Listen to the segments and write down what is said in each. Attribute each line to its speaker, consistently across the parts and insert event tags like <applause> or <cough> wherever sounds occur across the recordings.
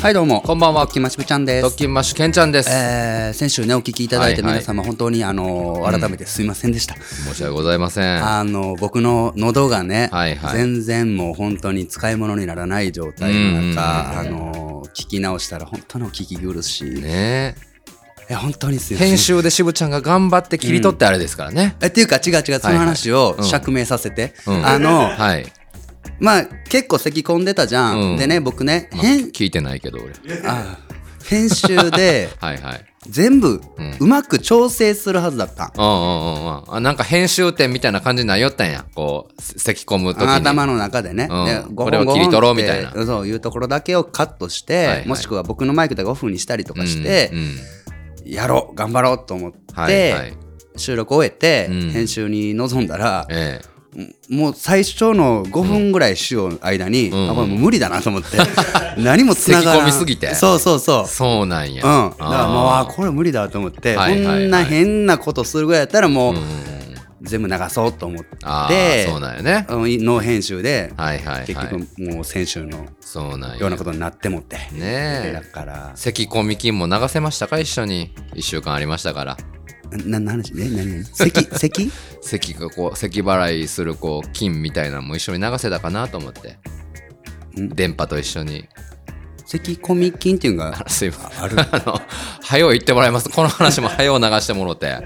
Speaker 1: はいどうも
Speaker 2: こんばんは
Speaker 1: トッキンマッシュブちゃんで
Speaker 2: ドッ
Speaker 1: す
Speaker 2: キンマッシュケンちゃんです、
Speaker 1: えー、先週ねお聞きいただいて
Speaker 2: はい
Speaker 1: 皆
Speaker 2: はい
Speaker 1: 様本当にあのー改めてすいませんでした、
Speaker 2: 申し訳ございません
Speaker 1: あのー僕の喉がね、
Speaker 2: はいはい
Speaker 1: 全然もう本当に使い物にならない状態の中、
Speaker 2: うんうん
Speaker 1: あのー聞き直したら本当にお聞き苦しい、
Speaker 2: ね
Speaker 1: え本当にすいま
Speaker 2: え
Speaker 1: せん
Speaker 2: 編集でしぶちゃんが頑張って切り取ってあれですからね、
Speaker 1: えっていうか違う違うその話
Speaker 2: い
Speaker 1: を
Speaker 2: うん
Speaker 1: 釈明させて、
Speaker 2: うん
Speaker 1: あの、
Speaker 2: はい、
Speaker 1: まあ結構咳込んでたじゃん、
Speaker 2: うん
Speaker 1: でね僕ね
Speaker 2: まあ
Speaker 1: 編
Speaker 2: 聞いてないけど俺
Speaker 1: あ編集で
Speaker 2: はいはい
Speaker 1: 全部
Speaker 2: うん
Speaker 1: うまく調整するはずだった、
Speaker 2: うんうんうんうんあなんか編集点みたいな感じになりよったんやこうせき込む時に
Speaker 1: 頭の中でね、
Speaker 2: うん
Speaker 1: で5
Speaker 2: これを切り取ろうみたいな
Speaker 1: そういうところだけをカットして、
Speaker 2: いはい
Speaker 1: もしくは僕のマイクで5分にしたりとかして、
Speaker 2: うんうん
Speaker 1: やろう頑張ろうと思って、
Speaker 2: はいはい
Speaker 1: 収録終えて、
Speaker 2: うん
Speaker 1: 編集に臨んだら、
Speaker 2: え
Speaker 1: もう最初の5分ぐらいしよう間に、
Speaker 2: ん
Speaker 1: あこれもう無理だなと思って
Speaker 2: <laughs>
Speaker 1: 何もつながらん
Speaker 2: 咳込みすぎて
Speaker 1: そうそうそう
Speaker 2: え、そうなんや
Speaker 1: うん、だからもうあ
Speaker 2: あー
Speaker 1: これ無理だと思って、
Speaker 2: はいはいはい
Speaker 1: こんな変なことするぐらいやったらもう、
Speaker 2: うんうんうん
Speaker 1: 全部流そうと思っ
Speaker 2: あ
Speaker 1: て
Speaker 2: ーそうなんやね
Speaker 1: うんノー編集で、
Speaker 2: はいはいはい
Speaker 1: 結局もう先週の
Speaker 2: そうなんや
Speaker 1: ようなことになってもって、だ
Speaker 2: ねえ
Speaker 1: から
Speaker 2: 咳込み金も流せましたか一緒に1週間ありましたから
Speaker 1: な何話ね何何咳咳
Speaker 2: 咳がこう咳払いするこう菌みたいなのも一緒に流せたかなと思って
Speaker 1: ん
Speaker 2: 電波と一緒に <laughs>
Speaker 1: 咳込み菌っていうの
Speaker 2: あ
Speaker 1: が
Speaker 2: らすいません
Speaker 1: ある
Speaker 2: <laughs> あの早う言ってもらいますこの話も早う流してもろて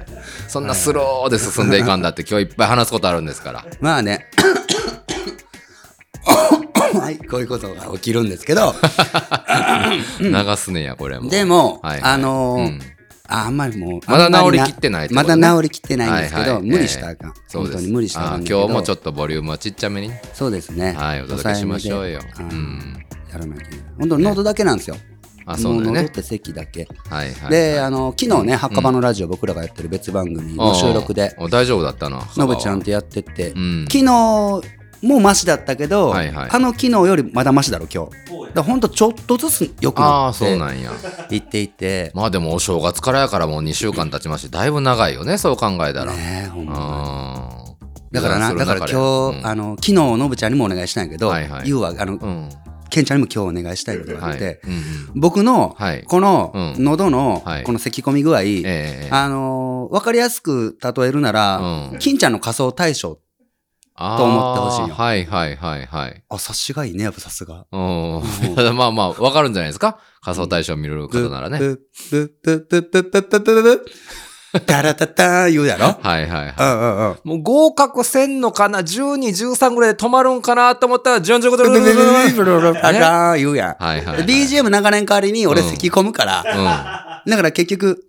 Speaker 2: そんなスローで進んでいかんだって今日いっぱい話すことあるんですから
Speaker 1: まあね <coughs> はいこういうことが起きるんですけ
Speaker 2: <laughs>
Speaker 1: ど
Speaker 2: 流すねやこれも
Speaker 1: でも、
Speaker 2: はい
Speaker 1: あのー
Speaker 2: うん
Speaker 1: ああんまりもう
Speaker 2: まだ
Speaker 1: あんり
Speaker 2: 治りきってないってこ
Speaker 1: ま
Speaker 2: とね
Speaker 1: だ治りきってないんですけど、
Speaker 2: はいはい
Speaker 1: 無理したらあかん、
Speaker 2: そう
Speaker 1: 本
Speaker 2: で
Speaker 1: 当
Speaker 2: す
Speaker 1: に無理したらあか
Speaker 2: あ
Speaker 1: ん
Speaker 2: ー
Speaker 1: けど
Speaker 2: 今日もちょ
Speaker 1: っ
Speaker 2: っとボリュームはちっちゃめに
Speaker 1: とそうですね
Speaker 2: はいお届けしましょうよ
Speaker 1: 抑えめ
Speaker 2: う
Speaker 1: で
Speaker 2: ん
Speaker 1: あーやらなきゃいけない本当に喉だけなんですよ、
Speaker 2: あそうだ
Speaker 1: も
Speaker 2: よ
Speaker 1: う
Speaker 2: ね
Speaker 1: 喉って咳だけ、
Speaker 2: はいはい
Speaker 1: であの昨日ね墓場のラジオ、僕らがやってる別番組の収録で
Speaker 2: お大丈夫だったな
Speaker 1: のぶちゃん
Speaker 2: は
Speaker 1: とやってて、
Speaker 2: ん
Speaker 1: 昨日もマシだったけど、
Speaker 2: はいはい
Speaker 1: あの昨日よりまだマシだろ今日だからほんとちょっとずつ良く
Speaker 2: あ
Speaker 1: な
Speaker 2: あ
Speaker 1: っ
Speaker 2: そう
Speaker 1: て
Speaker 2: なんや
Speaker 1: いっていて、
Speaker 2: まあでもお正月からやからもう2週間経ちましてだいぶ長いよねそう考えたら、
Speaker 1: ねえほんま
Speaker 2: うん
Speaker 1: だからな、だから今日、あの、昨日、のぶちゃんにもお願いしたんやけど、
Speaker 2: はいはい
Speaker 1: ゆうは、あの、
Speaker 2: うん、うん
Speaker 1: けんちゃんにも今日お願いしたいことがあ
Speaker 2: は
Speaker 1: っ
Speaker 2: い、
Speaker 1: て、
Speaker 2: うんうん
Speaker 1: 僕の
Speaker 2: はい、
Speaker 1: この
Speaker 2: うん
Speaker 1: 喉の
Speaker 2: はい、
Speaker 1: この咳込み具合、
Speaker 2: ええ
Speaker 1: あのーわかりやすく例えるなら、
Speaker 2: うん
Speaker 1: 金ちゃんの仮想対象、
Speaker 2: あー
Speaker 1: と思ってほしいよ
Speaker 2: はいはいはいはい
Speaker 1: あ、察しがいいね、やっぱさすが。
Speaker 2: うん、ただまあまあわかるんじゃないですか仮想対象見る方ならね
Speaker 1: ブッブッブッブッブッブッブッブッブッ。ダラタター言うやろ
Speaker 2: はいはいはい
Speaker 1: うんうんうん。
Speaker 2: もう合格せんのかな1213ぐらいで止まるんかなと思ったら15
Speaker 1: ブルブルブル
Speaker 2: は
Speaker 1: ブルブルブルあらー言うやん。
Speaker 2: いはい、はい、
Speaker 1: BGM 流れん代わりに俺咳込むから、
Speaker 2: うんは
Speaker 1: だから結局、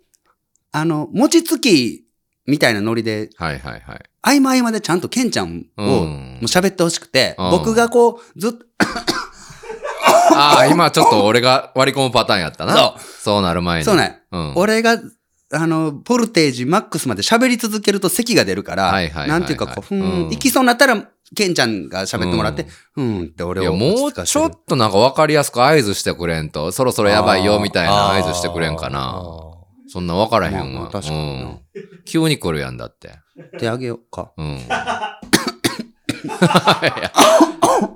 Speaker 1: あの、餅つきみたいなノリで、
Speaker 2: いはいはい
Speaker 1: 合間合間でちゃんとケンちゃんを、
Speaker 2: うん
Speaker 1: もう喋ってほしくて、
Speaker 2: うん
Speaker 1: 僕がこう、ずっと、
Speaker 2: ああ、今ちょっと俺が割り込むパターンやったな。
Speaker 1: そ
Speaker 2: そう。なる前に。
Speaker 1: そうね、
Speaker 2: うん。
Speaker 1: 俺が、あの、ボルテージマックスまで喋り続けると咳が出るから、
Speaker 2: はいはいはいはい
Speaker 1: なんていうかこう、ふー、
Speaker 2: うんん
Speaker 1: 行きそうになったら、ケンちゃんが喋ってもらって、うん、って俺
Speaker 2: いや、
Speaker 1: を
Speaker 2: もう
Speaker 1: 落
Speaker 2: ち
Speaker 1: 着かせ
Speaker 2: ょ
Speaker 1: る
Speaker 2: っとなんか分かりやすく合図してくれんと、そろそろやばいよみたいな
Speaker 1: あー
Speaker 2: 合図してくれんか
Speaker 1: あ
Speaker 2: な。そんな分からへん
Speaker 1: まあま
Speaker 2: わ
Speaker 1: あ。確かにな
Speaker 2: うん。急に来るやんだって。
Speaker 1: ー手あげようか。 <laughs>
Speaker 2: うん。いや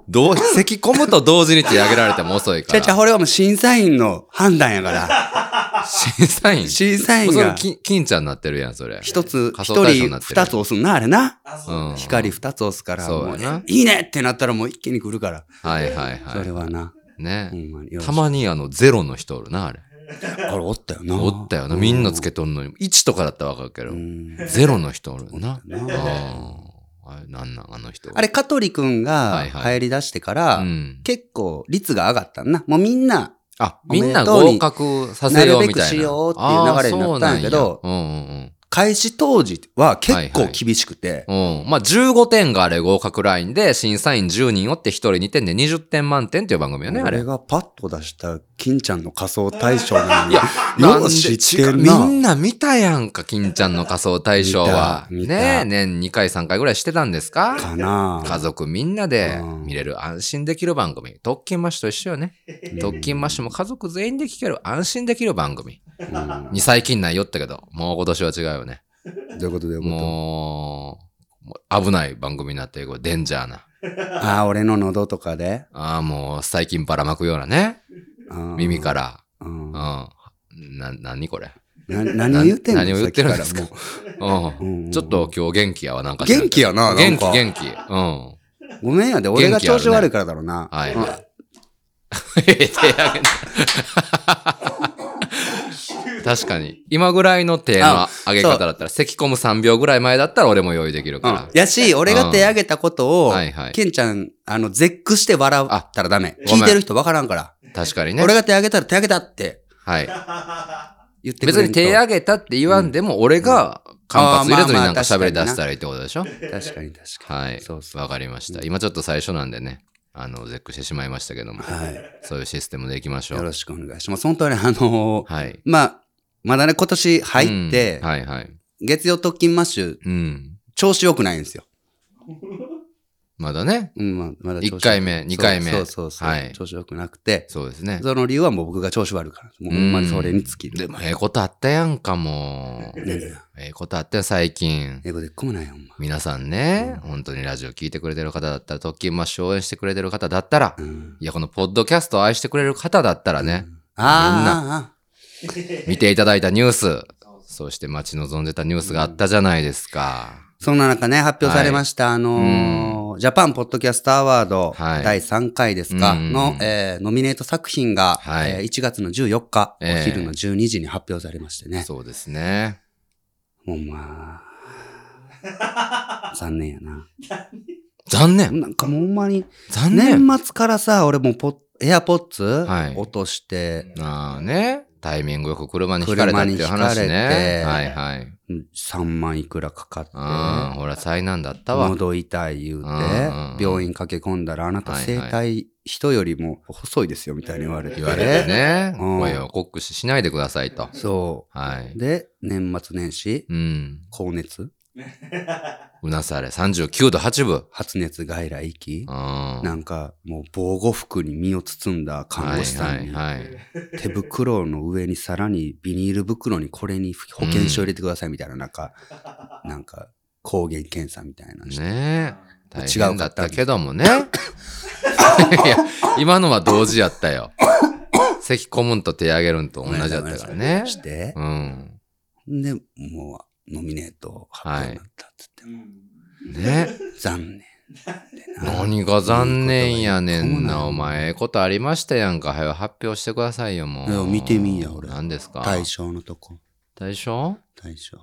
Speaker 2: どう、咳込むと同時に手上げられても遅い
Speaker 1: ち
Speaker 2: か
Speaker 1: ゃちゃ、
Speaker 2: ら。
Speaker 1: これはもう審査員の判断や
Speaker 2: <laughs>
Speaker 1: から、
Speaker 2: 審査員
Speaker 1: 審査員
Speaker 2: それ
Speaker 1: が
Speaker 2: 金、金ちゃんになってるやん、それ。
Speaker 1: 一つ、
Speaker 2: 仮
Speaker 1: 一
Speaker 2: 想対象にな
Speaker 1: 人
Speaker 2: ってる
Speaker 1: 二つ押すんな、あれな。
Speaker 2: うん。
Speaker 1: 光二つ押すから、
Speaker 2: そう
Speaker 1: もう
Speaker 2: やない
Speaker 1: いねってなったらもう一気に来るから、
Speaker 2: はいはい
Speaker 1: それ
Speaker 2: は
Speaker 1: はな。
Speaker 2: い。ね
Speaker 1: ほ。んまに。
Speaker 2: たまにあの、ゼロの人おるな、あれ。
Speaker 1: あれおったよな。
Speaker 2: おったよな。みんなつけとんのに。1とかだったらわかるけど
Speaker 1: う。ん
Speaker 2: ゼロの人おるよな。
Speaker 1: な
Speaker 2: ああれ、なんなんあの人。
Speaker 1: あれ、香取くんが
Speaker 2: はい
Speaker 1: 流
Speaker 2: はい
Speaker 1: 行り出してから
Speaker 2: う、ん。
Speaker 1: 結構率が上がったんな。もうみんな、
Speaker 2: あ、
Speaker 1: おめ
Speaker 2: み
Speaker 1: で
Speaker 2: ん
Speaker 1: と
Speaker 2: な
Speaker 1: うに
Speaker 2: 合格させようみた
Speaker 1: な
Speaker 2: いな。
Speaker 1: るべくしようっていう流れになったんやけど
Speaker 2: あーそうなんやうん
Speaker 1: 開始当時は結
Speaker 2: は
Speaker 1: 構
Speaker 2: いはい
Speaker 1: 厳しくて、
Speaker 2: うんうん。うん。まあ、15点があれ合格ラインで、審査員10人おって1人2点で20点満点っていう番組よね、あれ。
Speaker 1: 俺がパッと出した金ちゃんの仮想対象なのに、よ
Speaker 2: なん
Speaker 1: う
Speaker 2: で
Speaker 1: 知ってん
Speaker 2: み
Speaker 1: な。
Speaker 2: んな見たやんか、金ちゃんの仮想対象は。
Speaker 1: 見た見た
Speaker 2: ね年2回3回ぐらいしてたんですか
Speaker 1: かな
Speaker 2: 家族みんなで
Speaker 1: うん
Speaker 2: 見れる安心できる番組。特勤マッシュと一緒よね。特勤マッシュも家族全員で聞ける安心できる番
Speaker 1: うん
Speaker 2: 組。に最近ないよったけど、もう今年は違うよね。
Speaker 1: どういうことどういうこと
Speaker 2: もう、もう危ない番組になっていく。デンジャーな。
Speaker 1: ああ、俺の喉とかで。。
Speaker 2: ああ、もう、最近ばらまくようなね。耳からら。
Speaker 1: うん
Speaker 2: うん。な、なにこれ。
Speaker 1: な何を言ってんの
Speaker 2: な何を言ってるんですか
Speaker 1: さっきらも
Speaker 2: う
Speaker 1: うんうん
Speaker 2: ん。ちょっと今日元気やわ、なんか
Speaker 1: う
Speaker 2: 知らんけ
Speaker 1: 元気やな、
Speaker 2: ど。
Speaker 1: なん
Speaker 2: 元気、
Speaker 1: か。
Speaker 2: 元気。うん。
Speaker 1: ごめんやで、俺が調子悪いからだろうな。
Speaker 2: はい
Speaker 1: うん
Speaker 2: は手あげ
Speaker 1: <laughs>
Speaker 2: た確かに。今ぐらいの手の上げ方だったら、咳込む3秒ぐらい前だったら俺も用意できる
Speaker 1: う
Speaker 2: か
Speaker 1: ん。やし、俺が手挙げたことを、
Speaker 2: はいはい
Speaker 1: ケンちゃん、あの、絶句して笑ったらダメ。
Speaker 2: ごめん
Speaker 1: 聞いてる人わからんから。
Speaker 2: ら。確かにね。
Speaker 1: 俺が手挙げたら手挙げたって
Speaker 2: はい。
Speaker 1: 言ってくれ
Speaker 2: 別
Speaker 1: る
Speaker 2: に手上げたって言わんでも、俺が間髪入れずになんか喋り出したらいいってことでしょ
Speaker 1: 確かに確か
Speaker 2: はい
Speaker 1: そう。そ
Speaker 2: わかりました。今ちょっと最初なんでね、あの、絶句してしまいましたけども、
Speaker 1: に。はい。
Speaker 2: そういうシステムでいきましょ
Speaker 1: よ
Speaker 2: う。
Speaker 1: ろしくお願いします。本当にあのー
Speaker 2: はい。
Speaker 1: まあ、まだね、今年入って、
Speaker 2: うんはいはい。
Speaker 1: 月曜特勤マッシュ、
Speaker 2: うん。
Speaker 1: 調子良くないんですよ。
Speaker 2: まだね、
Speaker 1: うん、まあまだ調子
Speaker 2: 1回目、2回目。
Speaker 1: そうそうそうそう、
Speaker 2: はい
Speaker 1: 調子良くなくて、
Speaker 2: そうですね。
Speaker 1: その理由はもう僕が調子悪いから。もうほんまにそれに尽きる。
Speaker 2: でも、ええことあったやんかもう。
Speaker 1: 何が
Speaker 2: ええことあったよ、最近。
Speaker 1: 英語でっこもないよ、ほんま。
Speaker 2: 皆さんね、本当にラジオ聞いてくれてる方だったら、特勤マッシュ応援してくれてる方だったら、
Speaker 1: うん。
Speaker 2: いや、このポッドキャストを愛してくれる方だったらね、
Speaker 1: あ
Speaker 2: 見ていただいたニュース、そして待ち望んでたニュースがあったじゃないですか。
Speaker 1: あ、そんな中ね、発表されました、あのージャパンポッドキャストアワード、
Speaker 2: はい
Speaker 1: 第3回ですか、
Speaker 2: うん
Speaker 1: の、えーノミネート作品が、
Speaker 2: はい
Speaker 1: えー1月の14日、
Speaker 2: ええ
Speaker 1: お昼の12時に発表されましてね。
Speaker 2: そうですね。
Speaker 1: もうまあ、残念やな。
Speaker 2: 残念
Speaker 1: なんかもうほんまに、
Speaker 2: 残念
Speaker 1: 年末からさ、俺もうポッ、エアポッツ、
Speaker 2: はい
Speaker 1: 落として、
Speaker 2: ああね、タイミングよく車にひかれたっていう話
Speaker 1: 車に轢かれて
Speaker 2: ね。はいはい。
Speaker 1: 3万いくらかかって、
Speaker 2: ああ、ほら、災難だったわ。
Speaker 1: 喉痛い言うて
Speaker 2: うんうんうん、
Speaker 1: 病院駆け込んだら、あなた
Speaker 2: はいはい
Speaker 1: 生体人よりも細いですよ、みたいに言われて。
Speaker 2: 言われてね、
Speaker 1: うん
Speaker 2: 声を酷使しないでくださいと。
Speaker 1: そ
Speaker 2: はい。
Speaker 1: う。で、年末年始、
Speaker 2: うん。
Speaker 1: 高熱、
Speaker 2: うなされ、39度8分。
Speaker 1: 発熱外来行き
Speaker 2: う、ん。
Speaker 1: なんかもう防護服に身を包んだ看護師さんに、
Speaker 2: はいはいはい。
Speaker 1: 手袋の上にさらにビニール袋にこれに保険証入れてくださいみたいな、なんか、なんか抗原検査みたいなのして。
Speaker 2: ねえ。大
Speaker 1: 違
Speaker 2: 変
Speaker 1: うか
Speaker 2: だっ
Speaker 1: ったた
Speaker 2: けどもね。いや、今のは同時やったよ。咳込むんと手上げるんと同じだったからね。
Speaker 1: して
Speaker 2: う、ん。
Speaker 1: で、もうノミネート発表になったっつって。
Speaker 2: ね。
Speaker 1: 残念。
Speaker 2: 何が残念やね
Speaker 1: いいこと
Speaker 2: ん
Speaker 1: が一個も
Speaker 2: な、
Speaker 1: ない
Speaker 2: お前。ええことありましたやんか。はよ発表してくださいよ、も。
Speaker 1: いうや見てみいや俺
Speaker 2: 何ですか
Speaker 1: 対象のとこ。
Speaker 2: 大賞
Speaker 1: 対象。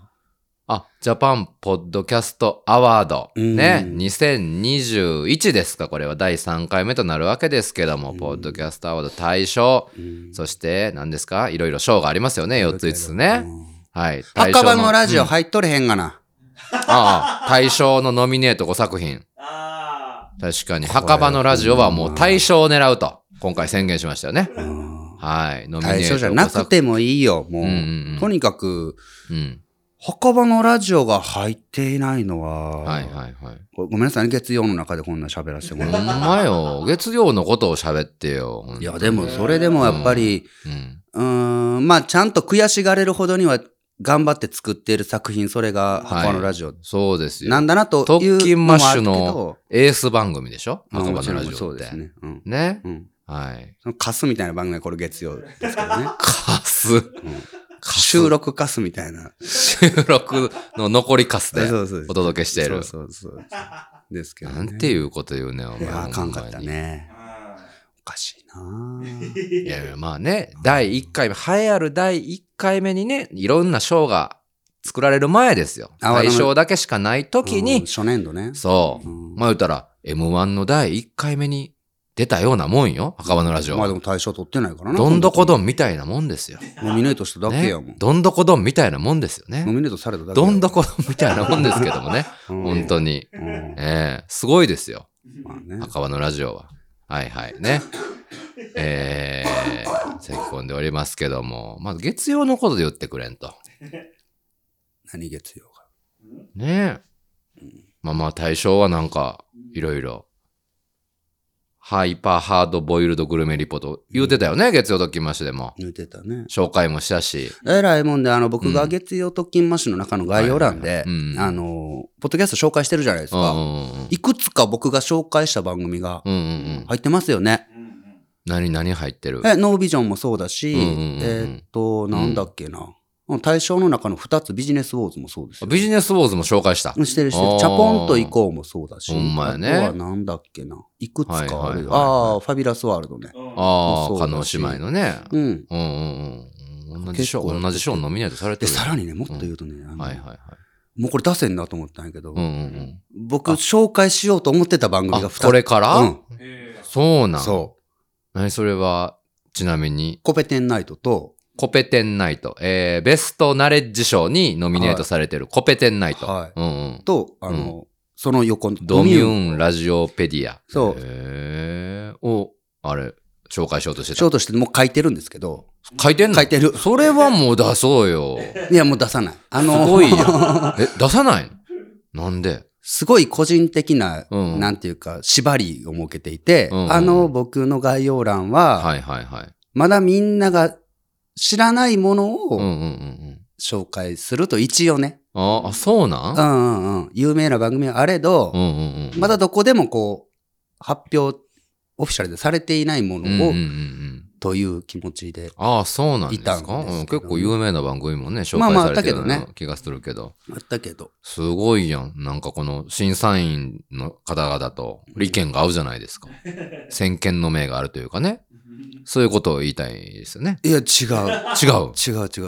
Speaker 2: あ、ジャパンポッドキャストアワード。
Speaker 1: うん
Speaker 2: ね。2021ですか。これは第3回目となるわけですけども、ポッドキャストアワード大賞。
Speaker 1: うん
Speaker 2: そして、何ですかいろいろ賞がありますよね。4つ5つ
Speaker 1: う
Speaker 2: ね。
Speaker 1: ん
Speaker 2: はい。大賞
Speaker 1: 赤羽のラジオ
Speaker 2: うん
Speaker 1: 入っとれへんがな。
Speaker 2: ああ、大賞のノミネート5作品。確か
Speaker 1: れ
Speaker 2: に、墓場のラジオはもう大賞を狙うと、今回宣言しましたよね。はい。ノミネート
Speaker 1: 対象じゃ
Speaker 2: 5
Speaker 1: なく
Speaker 2: 作
Speaker 1: てもいいよ、も
Speaker 2: うんうんうん
Speaker 1: う。とにかく、
Speaker 2: うん。
Speaker 1: 墓場のラジオが入っていないのは、
Speaker 2: はいはいはい。
Speaker 1: ごごめんなさいね、月曜の中でこんな喋らせても
Speaker 2: ほ
Speaker 1: ら
Speaker 2: ん
Speaker 1: う。
Speaker 2: まよ。月曜のことを喋ってよ。ほんと
Speaker 1: いや、でも、それでもやっぱり、
Speaker 2: うん。
Speaker 1: うーん、まあ、ちゃんと悔しがれるほどには頑張って作っている作品、それが墓場のラジオ
Speaker 2: そうですよ。
Speaker 1: なんだなと
Speaker 2: 特
Speaker 1: いう
Speaker 2: 勤
Speaker 1: の
Speaker 2: マ
Speaker 1: も
Speaker 2: ッ
Speaker 1: あ
Speaker 2: シュ
Speaker 1: るけど
Speaker 2: のエース番組でしょ
Speaker 1: まあ
Speaker 2: 墓
Speaker 1: も
Speaker 2: 場
Speaker 1: ち
Speaker 2: の
Speaker 1: ろ
Speaker 2: ラ
Speaker 1: ん
Speaker 2: ジオって。
Speaker 1: そうですね。うん。
Speaker 2: ね。
Speaker 1: うん。
Speaker 2: はい。
Speaker 1: そのカスみたいな番組はこれ月曜ですけどね。
Speaker 2: <laughs> カス。カス
Speaker 1: 収録カスみたいな。
Speaker 2: 収録の残りカスで
Speaker 1: そうそう
Speaker 2: お届けしている。
Speaker 1: そうそうそう。ですけど、ね。
Speaker 2: なんていうこと言うねん、お
Speaker 1: い
Speaker 2: 前。
Speaker 1: やあかんかった
Speaker 2: ほんま
Speaker 1: ね。おかしいな
Speaker 2: に。いやいや、まあね、第1回目、栄えある第1回目にね、いろんな賞が作られる前ですよ。
Speaker 1: あわか
Speaker 2: 対
Speaker 1: る
Speaker 2: 象だけしかない時
Speaker 1: うん
Speaker 2: に、
Speaker 1: 初年度ね。
Speaker 2: そうう。
Speaker 1: ん
Speaker 2: まあ言ったら、M1 の第1回目に出たようなもんよ、赤羽のラジ
Speaker 1: まあで
Speaker 2: オ。
Speaker 1: も大賞取ってないからな。
Speaker 2: どんどこど
Speaker 1: ん。
Speaker 2: んみたいなもんですよ。
Speaker 1: ノミネートしただけ
Speaker 2: ね
Speaker 1: やもん。
Speaker 2: どんどこどんみたいなもんですよ
Speaker 1: ノ
Speaker 2: ね。
Speaker 1: ミネートされただけやも。
Speaker 2: どんどこどんみたいなもんですけどもね。
Speaker 1: <laughs> うん
Speaker 2: 本当に。
Speaker 1: うん
Speaker 2: ええすごいですよ。
Speaker 1: まあね。
Speaker 2: 赤羽のラジオは。はいはい。ね。えー、咳き込んでおりますけども、まず月曜のことで言ってくれんと。
Speaker 1: 何月曜か。
Speaker 2: ねえ。まあまあ、対象はなんか、いろいろ、ハイパーハードボイルドグルメリポート言うてたよね、月曜ドッキンマッシュでも。
Speaker 1: 言ってたね。
Speaker 2: 紹介もしたし。
Speaker 1: えらいもんで、あの、僕が月曜特勤マッシュの中の概要欄で、
Speaker 2: はいはいはいうん
Speaker 1: あの、ポッドキャスト紹介してるじゃないです
Speaker 2: うん
Speaker 1: か。
Speaker 2: うん
Speaker 1: いくつか僕が紹介した番組が
Speaker 2: うん。うんうんうん。
Speaker 1: 入ってますよね。
Speaker 2: 何、何入ってる
Speaker 1: え、ノービジョンもそうだし、
Speaker 2: うんうんうんうん
Speaker 1: えーっと、なんだっけな。対象の中の2つ、ビジネスウォーズもそうですよ。
Speaker 2: ビジネスウォーズも紹介した。
Speaker 1: うんしてるして
Speaker 2: あ
Speaker 1: る。
Speaker 2: ー
Speaker 1: チャポンと以降もそうだし、
Speaker 2: ほんまやね
Speaker 1: あとはなんだっけな。いくつかあるよ。
Speaker 2: はいはいはいはい
Speaker 1: ああ、ファビュラスワールドね。
Speaker 2: あ
Speaker 1: そ
Speaker 2: あ、
Speaker 1: う
Speaker 2: 加
Speaker 1: だし
Speaker 2: 納姉妹のね。
Speaker 1: うん。
Speaker 2: うんうんうん。同じ賞、
Speaker 1: 結構
Speaker 2: 同じ賞ノミネートされて
Speaker 1: で、
Speaker 2: る。
Speaker 1: さらにね、もっと言うとね、あの
Speaker 2: はいはいはい。
Speaker 1: もうこれ出せんなと思ったんやけど、
Speaker 2: うんうん
Speaker 1: 僕、紹介しようと思ってた番
Speaker 2: うん。
Speaker 1: 組
Speaker 2: あ、
Speaker 1: が2つ。
Speaker 2: これから、
Speaker 1: うん。
Speaker 2: そうなん。
Speaker 1: そう。
Speaker 2: 何それは、ちなみに、
Speaker 1: コペテンナイトと、
Speaker 2: コペテンナイト。えー、ベストナレッジ賞にノミネートされてる、コペテンナイト。
Speaker 1: はい
Speaker 2: うんうん。
Speaker 1: と、あの、その横の
Speaker 2: ドミュ
Speaker 1: ン。
Speaker 2: ーンラジオペディア。
Speaker 1: そう
Speaker 2: へーを、あれ、紹介しようとして
Speaker 1: ショ
Speaker 2: た
Speaker 1: ー。トしてもう書いてるんですけど、
Speaker 2: 書いてんの
Speaker 1: 書いてる。
Speaker 2: それはもう出そ
Speaker 1: <laughs>
Speaker 2: うよ。
Speaker 1: いや、もう出さない。あ
Speaker 2: す
Speaker 1: の、
Speaker 2: ごいや
Speaker 1: <laughs>
Speaker 2: ん。え、出さないのなんで
Speaker 1: すごい個人的な、
Speaker 2: うん
Speaker 1: なんていうか、縛りを設けていて、
Speaker 2: うん
Speaker 1: あの僕の概要欄は、
Speaker 2: はいはいはい。
Speaker 1: まだみんなが知らないもの
Speaker 2: うん
Speaker 1: を
Speaker 2: うんうんうん。
Speaker 1: 紹介すると一応ね、
Speaker 2: ああ、そうなん
Speaker 1: うんうんうん、有名な番組はあれど、
Speaker 2: うんうんうん。
Speaker 1: まだどこでもこう、発表、オフィシャルでされていないも
Speaker 2: うんうん
Speaker 1: のを、
Speaker 2: うんうん。
Speaker 1: という気持ちで、
Speaker 2: ああ、そうなんですか
Speaker 1: いたんですけどね
Speaker 2: うん結構有名な番組もね、紹
Speaker 1: まあ
Speaker 2: 介
Speaker 1: まあ
Speaker 2: されてるよう
Speaker 1: だ
Speaker 2: な
Speaker 1: けど
Speaker 2: 気がするけど。
Speaker 1: あったけど、
Speaker 2: すごいやん。なんかこの審査員の方々と利権が合うじゃないですか。先見の明があるというかね。そういうことを言いたいですよね。
Speaker 1: いや、違う。
Speaker 2: 違う。
Speaker 1: 違う違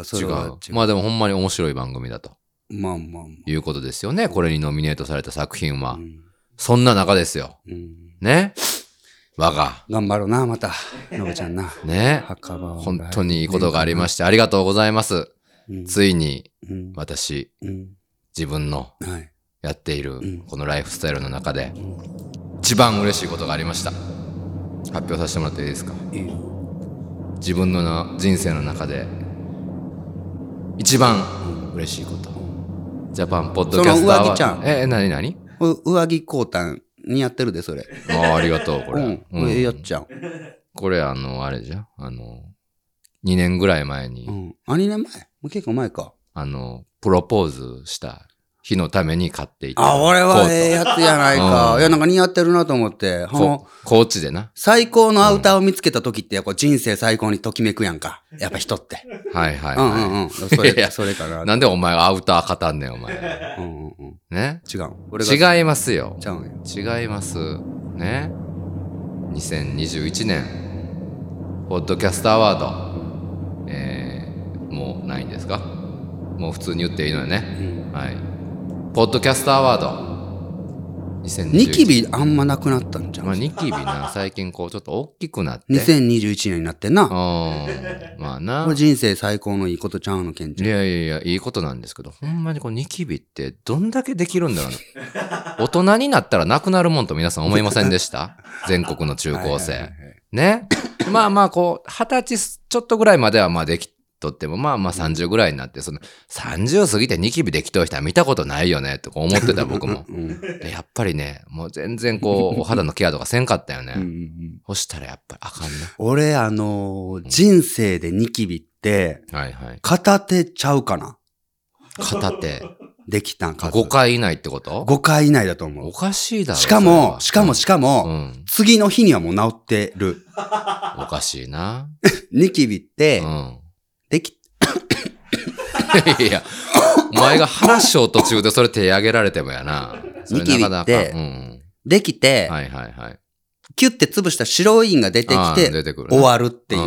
Speaker 1: う、そ
Speaker 2: 違
Speaker 1: れ
Speaker 2: う
Speaker 1: は違う。
Speaker 2: まあでもほんまに面白い番組だと
Speaker 1: まあまあま
Speaker 2: いうことですよね。これにノミネートされた作品
Speaker 1: あ。
Speaker 2: は
Speaker 1: う。ん
Speaker 2: そんな中ですよ。
Speaker 1: うん
Speaker 2: ね。我が。
Speaker 1: 頑張ろうな、また、のぶちゃんな。
Speaker 2: ね。
Speaker 1: 墓場を
Speaker 2: 本当にいいことがありまして、ありがとうございます。
Speaker 1: うん
Speaker 2: ついに
Speaker 1: うん
Speaker 2: 私、
Speaker 1: うん
Speaker 2: 自分の
Speaker 1: はい。
Speaker 2: やっている
Speaker 1: ん
Speaker 2: このライフスタイルの中で、一番嬉しいことがありました。発表させてもらっていいですか
Speaker 1: いいよ
Speaker 2: 自分のな人生の中で、一番嬉しいこと。ジャパンポッドキャスターは
Speaker 1: その上着ちゃん
Speaker 2: え、なになに <laughs>
Speaker 1: う上着交換にやってるで、それ。
Speaker 2: ああ、ありがとう、こ
Speaker 1: う
Speaker 2: れ。
Speaker 1: ん。
Speaker 2: うん
Speaker 1: ええやっちゃん。
Speaker 2: これ、あの、あれじゃん。あの、2年ぐらい前に、
Speaker 1: うん。あ、2年前もう結構前か。
Speaker 2: あの、プロポーズした日のために買っていたコー
Speaker 1: あ、
Speaker 2: ト。
Speaker 1: 俺はええやつやないか
Speaker 2: う。ん
Speaker 1: いや、なんか似合ってるなと思って。この
Speaker 2: こ高知でな。
Speaker 1: 最高のアウターを見つけた時って、こう人生最高にときめくやんか。やっぱ人って。
Speaker 2: はいはい
Speaker 1: うんう
Speaker 2: は
Speaker 1: んうん。そ
Speaker 2: いや
Speaker 1: れ、それかな。
Speaker 2: い。なんでお前アウター語んねん、
Speaker 1: <laughs>
Speaker 2: お前。
Speaker 1: うんうんうん。
Speaker 2: ね。
Speaker 1: 違うん。俺が違
Speaker 2: 違いますよ。
Speaker 1: うんよ。
Speaker 2: 違います。ね。2021年、ポッドキャストアワード、えー、もうないんですかもう普通に言っていいのよね。
Speaker 1: うん
Speaker 2: はい。ポッドキャストアワード、2021
Speaker 1: ニキビあんまなくなったんじゃ
Speaker 2: まあ、
Speaker 1: ん。
Speaker 2: ニキビな、最近こう、ちょっと大きくなって。
Speaker 1: 2021年になってんな。こ
Speaker 2: うん。まあな
Speaker 1: れ。人生最高のいいことちゃうの、ケン
Speaker 2: い
Speaker 1: ちゃん。
Speaker 2: やいやいや、いいことなんですけど、ほんまにこうニキビってどんだけできるんだ
Speaker 1: <laughs>
Speaker 2: ろうな。大人になったらなくなるもんと皆さん思いません
Speaker 1: <laughs>
Speaker 2: でした全国の中高
Speaker 1: はいはい
Speaker 2: 生
Speaker 1: は。 <coughs>
Speaker 2: ね。まあまあ、こう、二十歳ちょっとぐらいまではまあできとっても、まあまあ30ぐらいになって、その30過ぎてニキビできとる人は見たことないよね、とか思っ
Speaker 1: <laughs>
Speaker 2: てた僕も。
Speaker 1: うんうん
Speaker 2: でやっぱりね、もう全然こう、お肌のケアとかせんかったよ
Speaker 1: うんう
Speaker 2: ね。
Speaker 1: ん。
Speaker 2: そしたらやっぱりあかんね。
Speaker 1: 俺、あのー、人生でニキビって、
Speaker 2: はいはい。
Speaker 1: 片手ちゃうかな。
Speaker 2: 片手。
Speaker 1: できたんか。
Speaker 2: 5。回以内ってこと
Speaker 1: 5回以内だと思
Speaker 2: お
Speaker 1: う。
Speaker 2: かしいだろ。
Speaker 1: しか
Speaker 2: それ
Speaker 1: も、
Speaker 2: は
Speaker 1: しかも、しか
Speaker 2: う
Speaker 1: も、
Speaker 2: ん。
Speaker 1: 次の日にはもう治ってる。
Speaker 2: おかしいな。
Speaker 1: ニキビっ
Speaker 2: う
Speaker 1: て、
Speaker 2: ん。 <laughs>
Speaker 1: でき、
Speaker 2: いや、お前が話しよう途中でそれ手挙げられてもやな。それなか
Speaker 1: ニ
Speaker 2: なか
Speaker 1: キビって
Speaker 2: うん。
Speaker 1: できて、
Speaker 2: はいはいはい。
Speaker 1: キュッて潰した白いンが出て
Speaker 2: あ
Speaker 1: き
Speaker 2: ー
Speaker 1: て、
Speaker 2: 出てくるね。
Speaker 1: 終わるってい
Speaker 2: ん
Speaker 1: う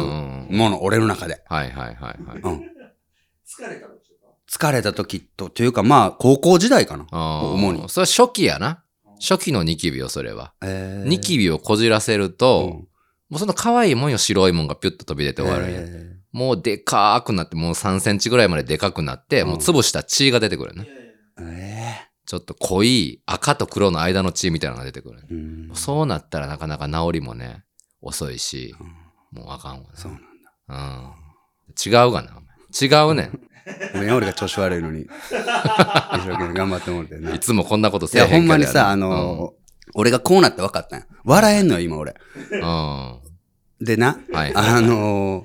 Speaker 2: うん
Speaker 1: もの、俺の中で。
Speaker 2: はいはいはいはい。
Speaker 1: うん。疲れた時と、というかまあ、高校時代かな。
Speaker 2: あー
Speaker 1: 主に
Speaker 2: それ初期やな。初期のニキビよ、それは。
Speaker 1: えー
Speaker 2: ニキビをこじらせると、
Speaker 1: うん
Speaker 2: もうその可愛いもんよ、白いもんがピュッと飛び出て終わるんや。
Speaker 1: え
Speaker 2: もうでかーくなって、もう3センチぐらいまででかくなって、
Speaker 1: うん
Speaker 2: もう潰した血が出てくるね。
Speaker 1: ーえ
Speaker 2: ちょっと濃い赤と黒の間の血みたいなのが出てくるね。
Speaker 1: ーうん
Speaker 2: そうなったらなかなか治りもね、遅いし、
Speaker 1: うん
Speaker 2: もうあかんわな。
Speaker 1: そうなん
Speaker 2: うん。違うがな、お前違うね
Speaker 1: <laughs> だ。ごめん、俺が調子
Speaker 2: <laughs>
Speaker 1: 悪いのに。一生懸命頑張ってもらって
Speaker 2: ん。
Speaker 1: な
Speaker 2: い。つもこんなこと
Speaker 1: い
Speaker 2: せえへ
Speaker 1: や、
Speaker 2: んけど
Speaker 1: ほんまに
Speaker 2: や
Speaker 1: さ、
Speaker 2: な
Speaker 1: あのー、俺がこうなって分かったんや。笑えんのよ、今俺。
Speaker 2: うん。は
Speaker 1: でな、
Speaker 2: いはい。
Speaker 1: あのー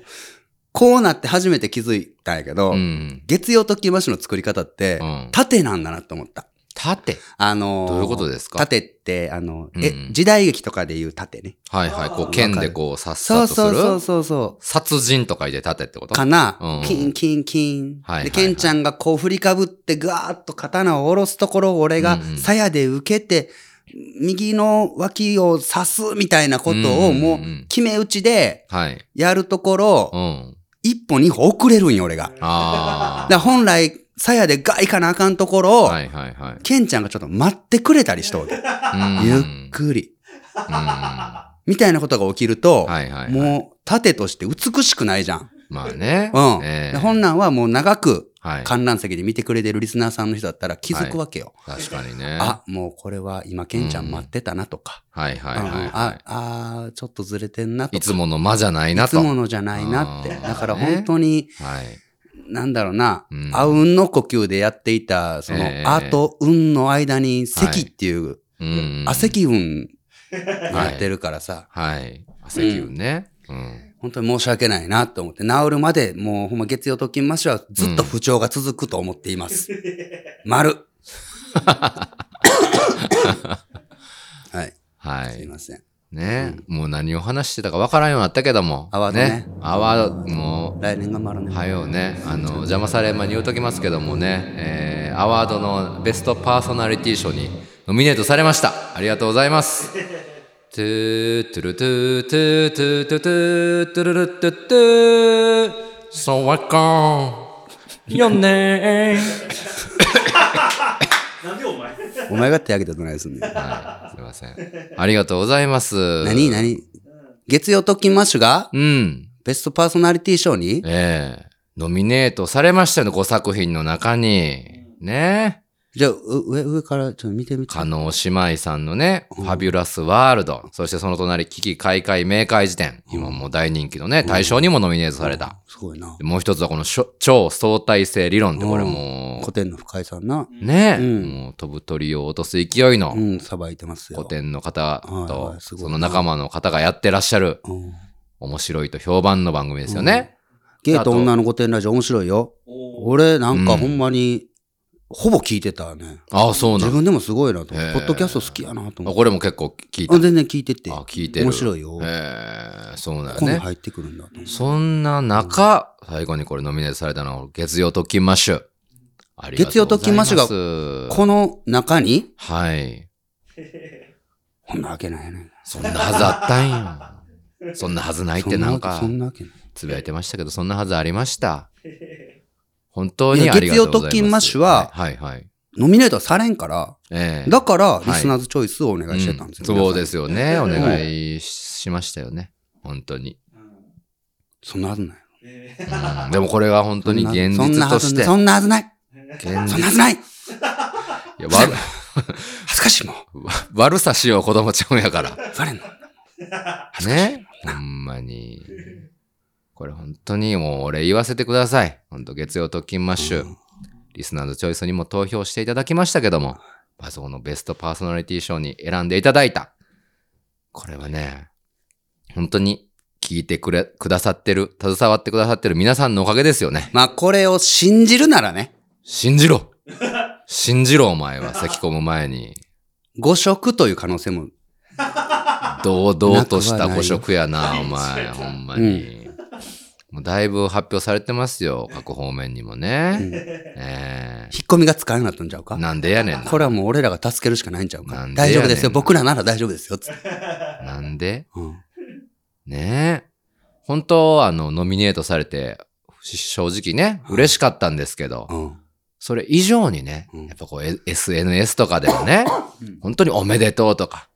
Speaker 1: こうなって初めて気づいたんやけど、
Speaker 2: うん。
Speaker 1: 月曜ときましの作り方って、
Speaker 2: うん
Speaker 1: 縦なんだなと思った。
Speaker 2: 縦
Speaker 1: あのー
Speaker 2: どういうことですか
Speaker 1: 縦って、あの、
Speaker 2: うん
Speaker 1: え、時代劇とかで言う縦ね。
Speaker 2: はいはい。こう、剣でこう、さっ
Speaker 1: そ
Speaker 2: さ
Speaker 1: う
Speaker 2: とする。
Speaker 1: そうそうそうそう。
Speaker 2: 殺人とか言って縦ってこと
Speaker 1: かな、
Speaker 2: うん
Speaker 1: キンキンキン。
Speaker 2: はいはいはい
Speaker 1: で、ケンちゃんがこう振りかぶってガーッと刀を下ろすところを俺が
Speaker 2: うんうん
Speaker 1: 鞘で受けて、右の脇を刺すみたいなことをも
Speaker 2: んんん
Speaker 1: う決め打ちで
Speaker 2: はい。
Speaker 1: やるところ、
Speaker 2: うん。
Speaker 1: 一歩二歩遅れるんよ俺が。だか
Speaker 2: あ
Speaker 1: ら本来鞘でガー行かなあかんところ
Speaker 2: あ。
Speaker 1: を、
Speaker 2: はいはいはい。
Speaker 1: ケンちゃんがちょっと待ってくれたりしたわけ。
Speaker 2: うん
Speaker 1: ゆっくり。
Speaker 2: うんは
Speaker 1: みたいなことが起きると、
Speaker 2: いはいはい。
Speaker 1: もう盾として美しくないじゃん。
Speaker 2: まあね。
Speaker 1: うん。
Speaker 2: ええ
Speaker 1: で本なんはもう長く
Speaker 2: はい。
Speaker 1: 観覧席で見てくれてるリスナーさんの人だったら気づくわけよ。
Speaker 2: 確かにね。
Speaker 1: あ、もうこれは今ケンちゃん待ってたなとか。
Speaker 2: はいはい
Speaker 1: うん
Speaker 2: はいは
Speaker 1: あ、あー、ちょっとずれてんなとか。
Speaker 2: い。いつもの間じゃないない
Speaker 1: つ
Speaker 2: と。
Speaker 1: も
Speaker 2: はい。
Speaker 1: のじゃないなって。
Speaker 2: うん
Speaker 1: だから本当に、なんだろうな
Speaker 2: う、ん
Speaker 1: あうんの呼吸でやっていた、その
Speaker 2: ええ、
Speaker 1: あとうんの間に咳っていう、
Speaker 2: うん。
Speaker 1: あせ。きうんやってるからさ、
Speaker 2: はい。汗牛ね。うん。
Speaker 1: 本当に申し訳ないなと思って、治るまでもうほんま月曜と金ましはずっと不調が続くと思っています。 <laughs> 丸。はい、
Speaker 2: は
Speaker 1: すい
Speaker 2: い。
Speaker 1: ません。
Speaker 2: ね。もう何を話してたか分からんようになったけども。
Speaker 1: アワードね。
Speaker 2: アワード、も
Speaker 1: 来年が丸ね。
Speaker 2: う、はようね。あの、邪魔されんまに言うときますけどもね。えーアワードのベストパーソナリティ賞にノミネートされました。ありがとうございます。トゥートゥルトゥートゥートゥートゥートゥートゥルルトゥートゥーそうわかんよねー
Speaker 3: なんでお前
Speaker 1: お前が手挙げたくないですね。
Speaker 2: はい、すいません。ありがとうございます。
Speaker 1: 何何月曜と金マッシュが
Speaker 2: うん。
Speaker 1: ベストパーソナリティ賞に
Speaker 2: ええノミネートされましたよ、5作品の中に。ね
Speaker 1: じゃあ、う上、上からちょっと見てみて。
Speaker 2: 加納姉妹さんのね、ファビュラスワールド。そしてその隣、危機開会明快辞典。今もう大人気のね、大賞にもノミネートされた。
Speaker 1: すごいな
Speaker 2: で。もう一つはこのしょ超相対性理論ってこれもう
Speaker 1: 古典の深井さんな。
Speaker 2: ね
Speaker 1: う
Speaker 2: え、
Speaker 1: ん
Speaker 2: もう飛ぶ鳥を落とす勢いの
Speaker 1: うん、さばいてますよ。
Speaker 2: 古。典の方
Speaker 1: はい
Speaker 2: と
Speaker 1: はいすごい
Speaker 2: その仲間の方がやってらっしゃる
Speaker 1: うん。
Speaker 2: 面白いと評判の番組ですよね。
Speaker 1: ゲート女の古典ラジオ面白いよ。
Speaker 3: おー
Speaker 1: 俺、なん
Speaker 2: う
Speaker 1: か
Speaker 2: ん
Speaker 1: ほんまに、ほぼ聞いてたね。
Speaker 2: ああ、そうな
Speaker 1: 自
Speaker 2: の。
Speaker 1: 分でもすごいなと思っ
Speaker 2: へえ
Speaker 1: て。ポッドキャスト好きやなと思
Speaker 2: あ
Speaker 1: って。
Speaker 2: これも結構聞いた。
Speaker 1: あ全然聞いてて。
Speaker 2: あ聞いてる
Speaker 1: 面白いよ。
Speaker 2: ええそうなん
Speaker 1: こんなん
Speaker 2: ね。
Speaker 1: 入ってくるんだと思って。
Speaker 2: そんな中、最後にこれノミネートされたのは月曜特勤マッシュ。ありがとうございます。
Speaker 1: 月曜特この中に
Speaker 2: はい。
Speaker 1: こんなわけないやね。
Speaker 2: そんなはずあったん
Speaker 1: <laughs>
Speaker 2: よ。そんなはずないってなんか
Speaker 1: そ。んなわけそんなわ
Speaker 2: つぶやいてましたけど、そんなはずありました。本当
Speaker 1: い
Speaker 2: に
Speaker 1: や
Speaker 2: ありがとうございま
Speaker 1: 月曜
Speaker 2: す。
Speaker 1: 特勤マッシュは
Speaker 2: はいはいはい。
Speaker 1: けない。ノミネートはされんから、
Speaker 2: ええ
Speaker 1: だから、
Speaker 2: い
Speaker 1: リスナーズチョイスをお願いしてたんですよ。。
Speaker 2: うんそうですすよね。お願いしましたよね。本当に。
Speaker 3: うん
Speaker 1: そんなはずない。
Speaker 3: え
Speaker 2: うんでもこれは本当に現
Speaker 1: そんな
Speaker 2: 実
Speaker 1: は
Speaker 2: と
Speaker 1: ず
Speaker 2: し
Speaker 1: な
Speaker 2: て。
Speaker 1: いそんなはずない。
Speaker 3: ー
Speaker 2: 現
Speaker 1: そ
Speaker 2: 実
Speaker 1: んなはずない。
Speaker 2: いや悪
Speaker 1: 恥ずかしいもん。
Speaker 2: 悪さしよう子供ちゃうんやから。
Speaker 1: され
Speaker 2: <laughs>
Speaker 1: んの。
Speaker 2: ね。ほんまに。これ本当にもう俺言わせてください。本当月曜特勤マッシュ。リスナーズチョイスにも投票していただきましたけども、パソコンのベストパーソナリティ賞に選んでいただいた。これはね、本当に聞いてくれ、くださってる、携わってくださってる皆さんのおかげです
Speaker 1: <laughs>
Speaker 2: よね。
Speaker 1: まあ、これを信じるならね、
Speaker 2: 信じろ信じろお前は、 <laughs> 咳込む前に。
Speaker 1: 誤食という可能性も、
Speaker 2: 堂々とした誤
Speaker 1: な
Speaker 2: 色やな、
Speaker 1: <laughs>
Speaker 2: お前、ほんまに。もうだいぶ発表されてますよ、各方面にもね。
Speaker 1: うん
Speaker 2: え
Speaker 1: 引っ込みがつかなくなったんちゃう
Speaker 2: ー
Speaker 1: か
Speaker 2: なんでやねんな。
Speaker 1: これはもう俺らが助けるしかないんちゃう
Speaker 2: な
Speaker 1: か
Speaker 2: んでやね
Speaker 1: 大
Speaker 2: ん
Speaker 1: 丈夫ですよ。僕らなら大丈夫ですよ。つって
Speaker 2: なんで
Speaker 1: うん
Speaker 2: ねえ。本当、あの、ノミネートされて、し正直ね、嬉しかったんですけど、
Speaker 1: うん
Speaker 2: それ以上にね、
Speaker 1: うん
Speaker 2: やっぱこう、え SNS とかでもね、本当におめでとうとか、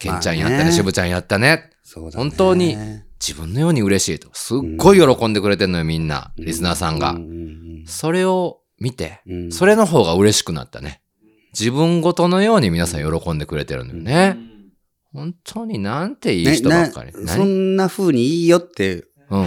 Speaker 2: ケンちゃんやっ
Speaker 1: ま
Speaker 2: た
Speaker 1: あ
Speaker 2: ね、
Speaker 1: ね
Speaker 2: しぶちゃんやったね、
Speaker 1: そうだね
Speaker 2: 本当に自分のように嬉しいと。すっごい喜んでくれてんのよ、みんな、リスナーさんが。
Speaker 1: うんうん
Speaker 2: それを見て、
Speaker 1: うんうん
Speaker 2: それの方が嬉しくなったね。自分ごとのように皆さん喜んでくれてるのよ
Speaker 3: う
Speaker 2: ね。
Speaker 3: ん
Speaker 2: 本当になんていい
Speaker 1: ね
Speaker 2: 人ばっかり。
Speaker 1: なそ
Speaker 2: 何
Speaker 1: んな風にいいよって、
Speaker 2: うん。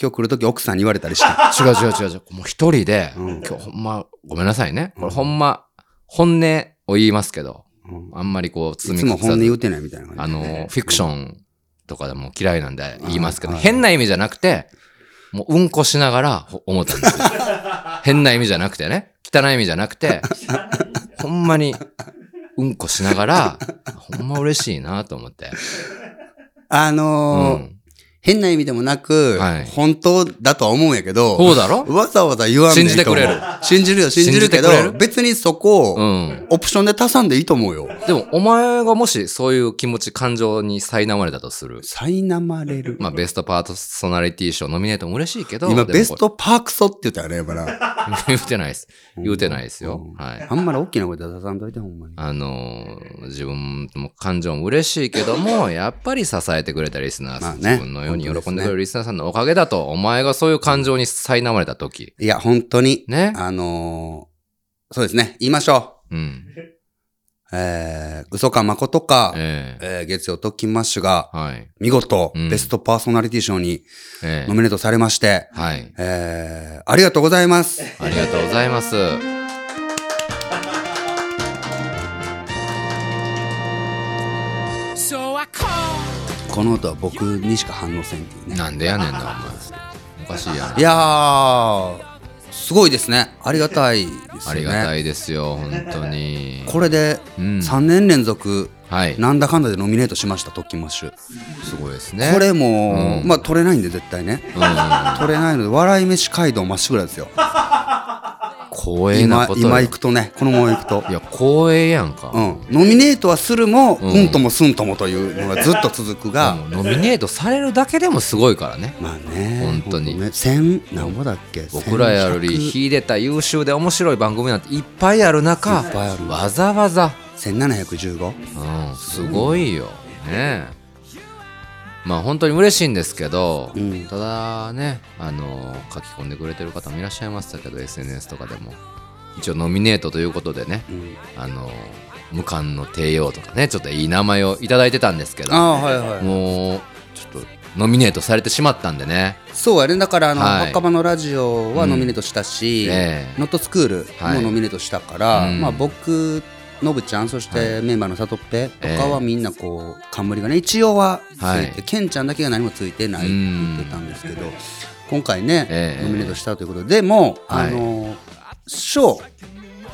Speaker 1: 今日来るとき奥さんに言われたりした。
Speaker 2: 違う違う違う違う。もう一人で、
Speaker 1: うん
Speaker 2: 今日ほんま、ごめんなさいね。こ
Speaker 1: う
Speaker 2: れ
Speaker 1: ん
Speaker 2: ほんま、本音を言いますけど、
Speaker 1: うん
Speaker 2: あんまりこう、
Speaker 1: い
Speaker 2: 積
Speaker 1: つ
Speaker 2: み
Speaker 1: も
Speaker 2: 隠
Speaker 1: 本
Speaker 2: さ
Speaker 1: 音
Speaker 2: ず
Speaker 1: 言うてないみたいな
Speaker 2: あ
Speaker 1: 感じ
Speaker 2: の
Speaker 1: でね、、
Speaker 2: フィクションとかでも嫌いなんで言いますけど、
Speaker 1: あー
Speaker 2: 変な意味じゃなくて、もううんこしながらほ思ったん
Speaker 1: <laughs>
Speaker 2: ですよ。変な意味じゃなくてね、汚い意味じゃなくて、ほんまにうんこしながら、ほんま嬉しいなと思って。
Speaker 1: あ
Speaker 2: う
Speaker 1: のー
Speaker 2: ん、
Speaker 1: 変な意味でもなく、
Speaker 2: はい
Speaker 1: 本当だとは思うんやけど、
Speaker 2: そうだろ
Speaker 1: わざわざ言わんでいいと思う
Speaker 2: 信じてくれ
Speaker 1: 信じるよ、信じるけど
Speaker 2: 信じてくれ、る
Speaker 1: 別にそこ
Speaker 2: う
Speaker 1: を、
Speaker 2: ん。
Speaker 1: オプションで足さんでいいと思うよ。
Speaker 2: でも、お前がもしそういう気持ち、感情に苛まれたとする。
Speaker 1: 苛まれる。
Speaker 2: まあ、ベストパーソナリティ賞ノミネートも嬉しいけど。
Speaker 1: 今、
Speaker 2: でも
Speaker 1: ベストパークソって言ったよね、やっぱな。
Speaker 2: 言うてないです。 <laughs> 言うてないです
Speaker 1: う
Speaker 2: よ
Speaker 1: ん。
Speaker 2: はい。
Speaker 1: あんまり大きな声で出さんといて、ほんまに。
Speaker 2: あのー自分も感情も嬉しいけども、やっぱり支えてくれたリスナー
Speaker 1: まあ
Speaker 2: さん、
Speaker 1: ね
Speaker 2: 自分のように喜んでくれるリスナーさんのおかげだと、お前がそういう感情に苛まれた時。
Speaker 1: いや、本当に、
Speaker 2: ね。
Speaker 1: あのーそうですね、言いましょ
Speaker 2: うん。
Speaker 1: う。えー、嘘か誠か、え
Speaker 2: ええ
Speaker 1: ー月曜特勤マッシュが、
Speaker 2: はい。
Speaker 1: 見事、
Speaker 2: うん
Speaker 1: ベストパーソナリティ賞に
Speaker 2: ええ
Speaker 1: ノミネートされまして、
Speaker 2: はい。
Speaker 1: えー、ありがとうございます。
Speaker 2: ありがとうございます。
Speaker 1: この音は僕にしか反応せんっていうね。
Speaker 2: なんでやねんな、お前。おかしいやん
Speaker 1: い。やー、すごいですね。ありがたいです
Speaker 2: あ
Speaker 1: よ
Speaker 2: り
Speaker 1: ね。
Speaker 2: がたいですよ、本当に。
Speaker 1: これで
Speaker 2: うん
Speaker 1: 3年連続、
Speaker 2: はい。
Speaker 1: なんだかんだでノミネートしました、トッキンマッシュ。
Speaker 2: すごいですね。
Speaker 1: これも、
Speaker 2: うん
Speaker 1: まあ取れないんで絶対ね。
Speaker 2: うん、
Speaker 1: 取れないので、笑い飯街道まっしぐらですよ。
Speaker 2: 光栄な
Speaker 1: 今
Speaker 2: こ、とよ
Speaker 1: 今行くとね、このまま行くと。
Speaker 2: いや、光栄やんか。
Speaker 1: うん、ノミネートはするも、
Speaker 2: うん
Speaker 1: うんともすんともというのがずっと続くが、
Speaker 2: うんノミネートされるだけでもすごいからね。
Speaker 1: まあね
Speaker 2: 本当に
Speaker 1: ね千何ぼだっけ
Speaker 2: 僕らより秀でた優秀で面白い番組なんていっぱいある中
Speaker 1: いっぱいある
Speaker 2: わざわざ、
Speaker 1: 1715
Speaker 2: うん、すごいよねえまあ本当に嬉しいんですけど、
Speaker 1: うん
Speaker 2: ただねあの書き込んでくれてる方もいらっしゃいましたけど SNS とかでも一応ノミネートということでね
Speaker 1: うん
Speaker 2: あの無冠の帝王とかねちょっといい名前をいただいてたんですけど
Speaker 1: ああはいはい
Speaker 2: もうちょっとノミネートされてしまったんでね
Speaker 1: そうやねだからあの、
Speaker 2: はい
Speaker 1: 若葉のラジオはノミネートしたし、
Speaker 2: ええ
Speaker 1: ノットスクール
Speaker 2: は
Speaker 1: も
Speaker 2: い
Speaker 1: ノミネートしたから、
Speaker 2: うん
Speaker 1: まあ、僕のぶちゃんそしてメンバーの里っぺとかはみんなこう冠がね一応はついて、
Speaker 2: はい
Speaker 1: ケンちゃんだけが何もついてないって言ってたんですけど今回ね、
Speaker 2: ええ
Speaker 1: ノミネートしたということででも、
Speaker 2: はい
Speaker 1: あの賞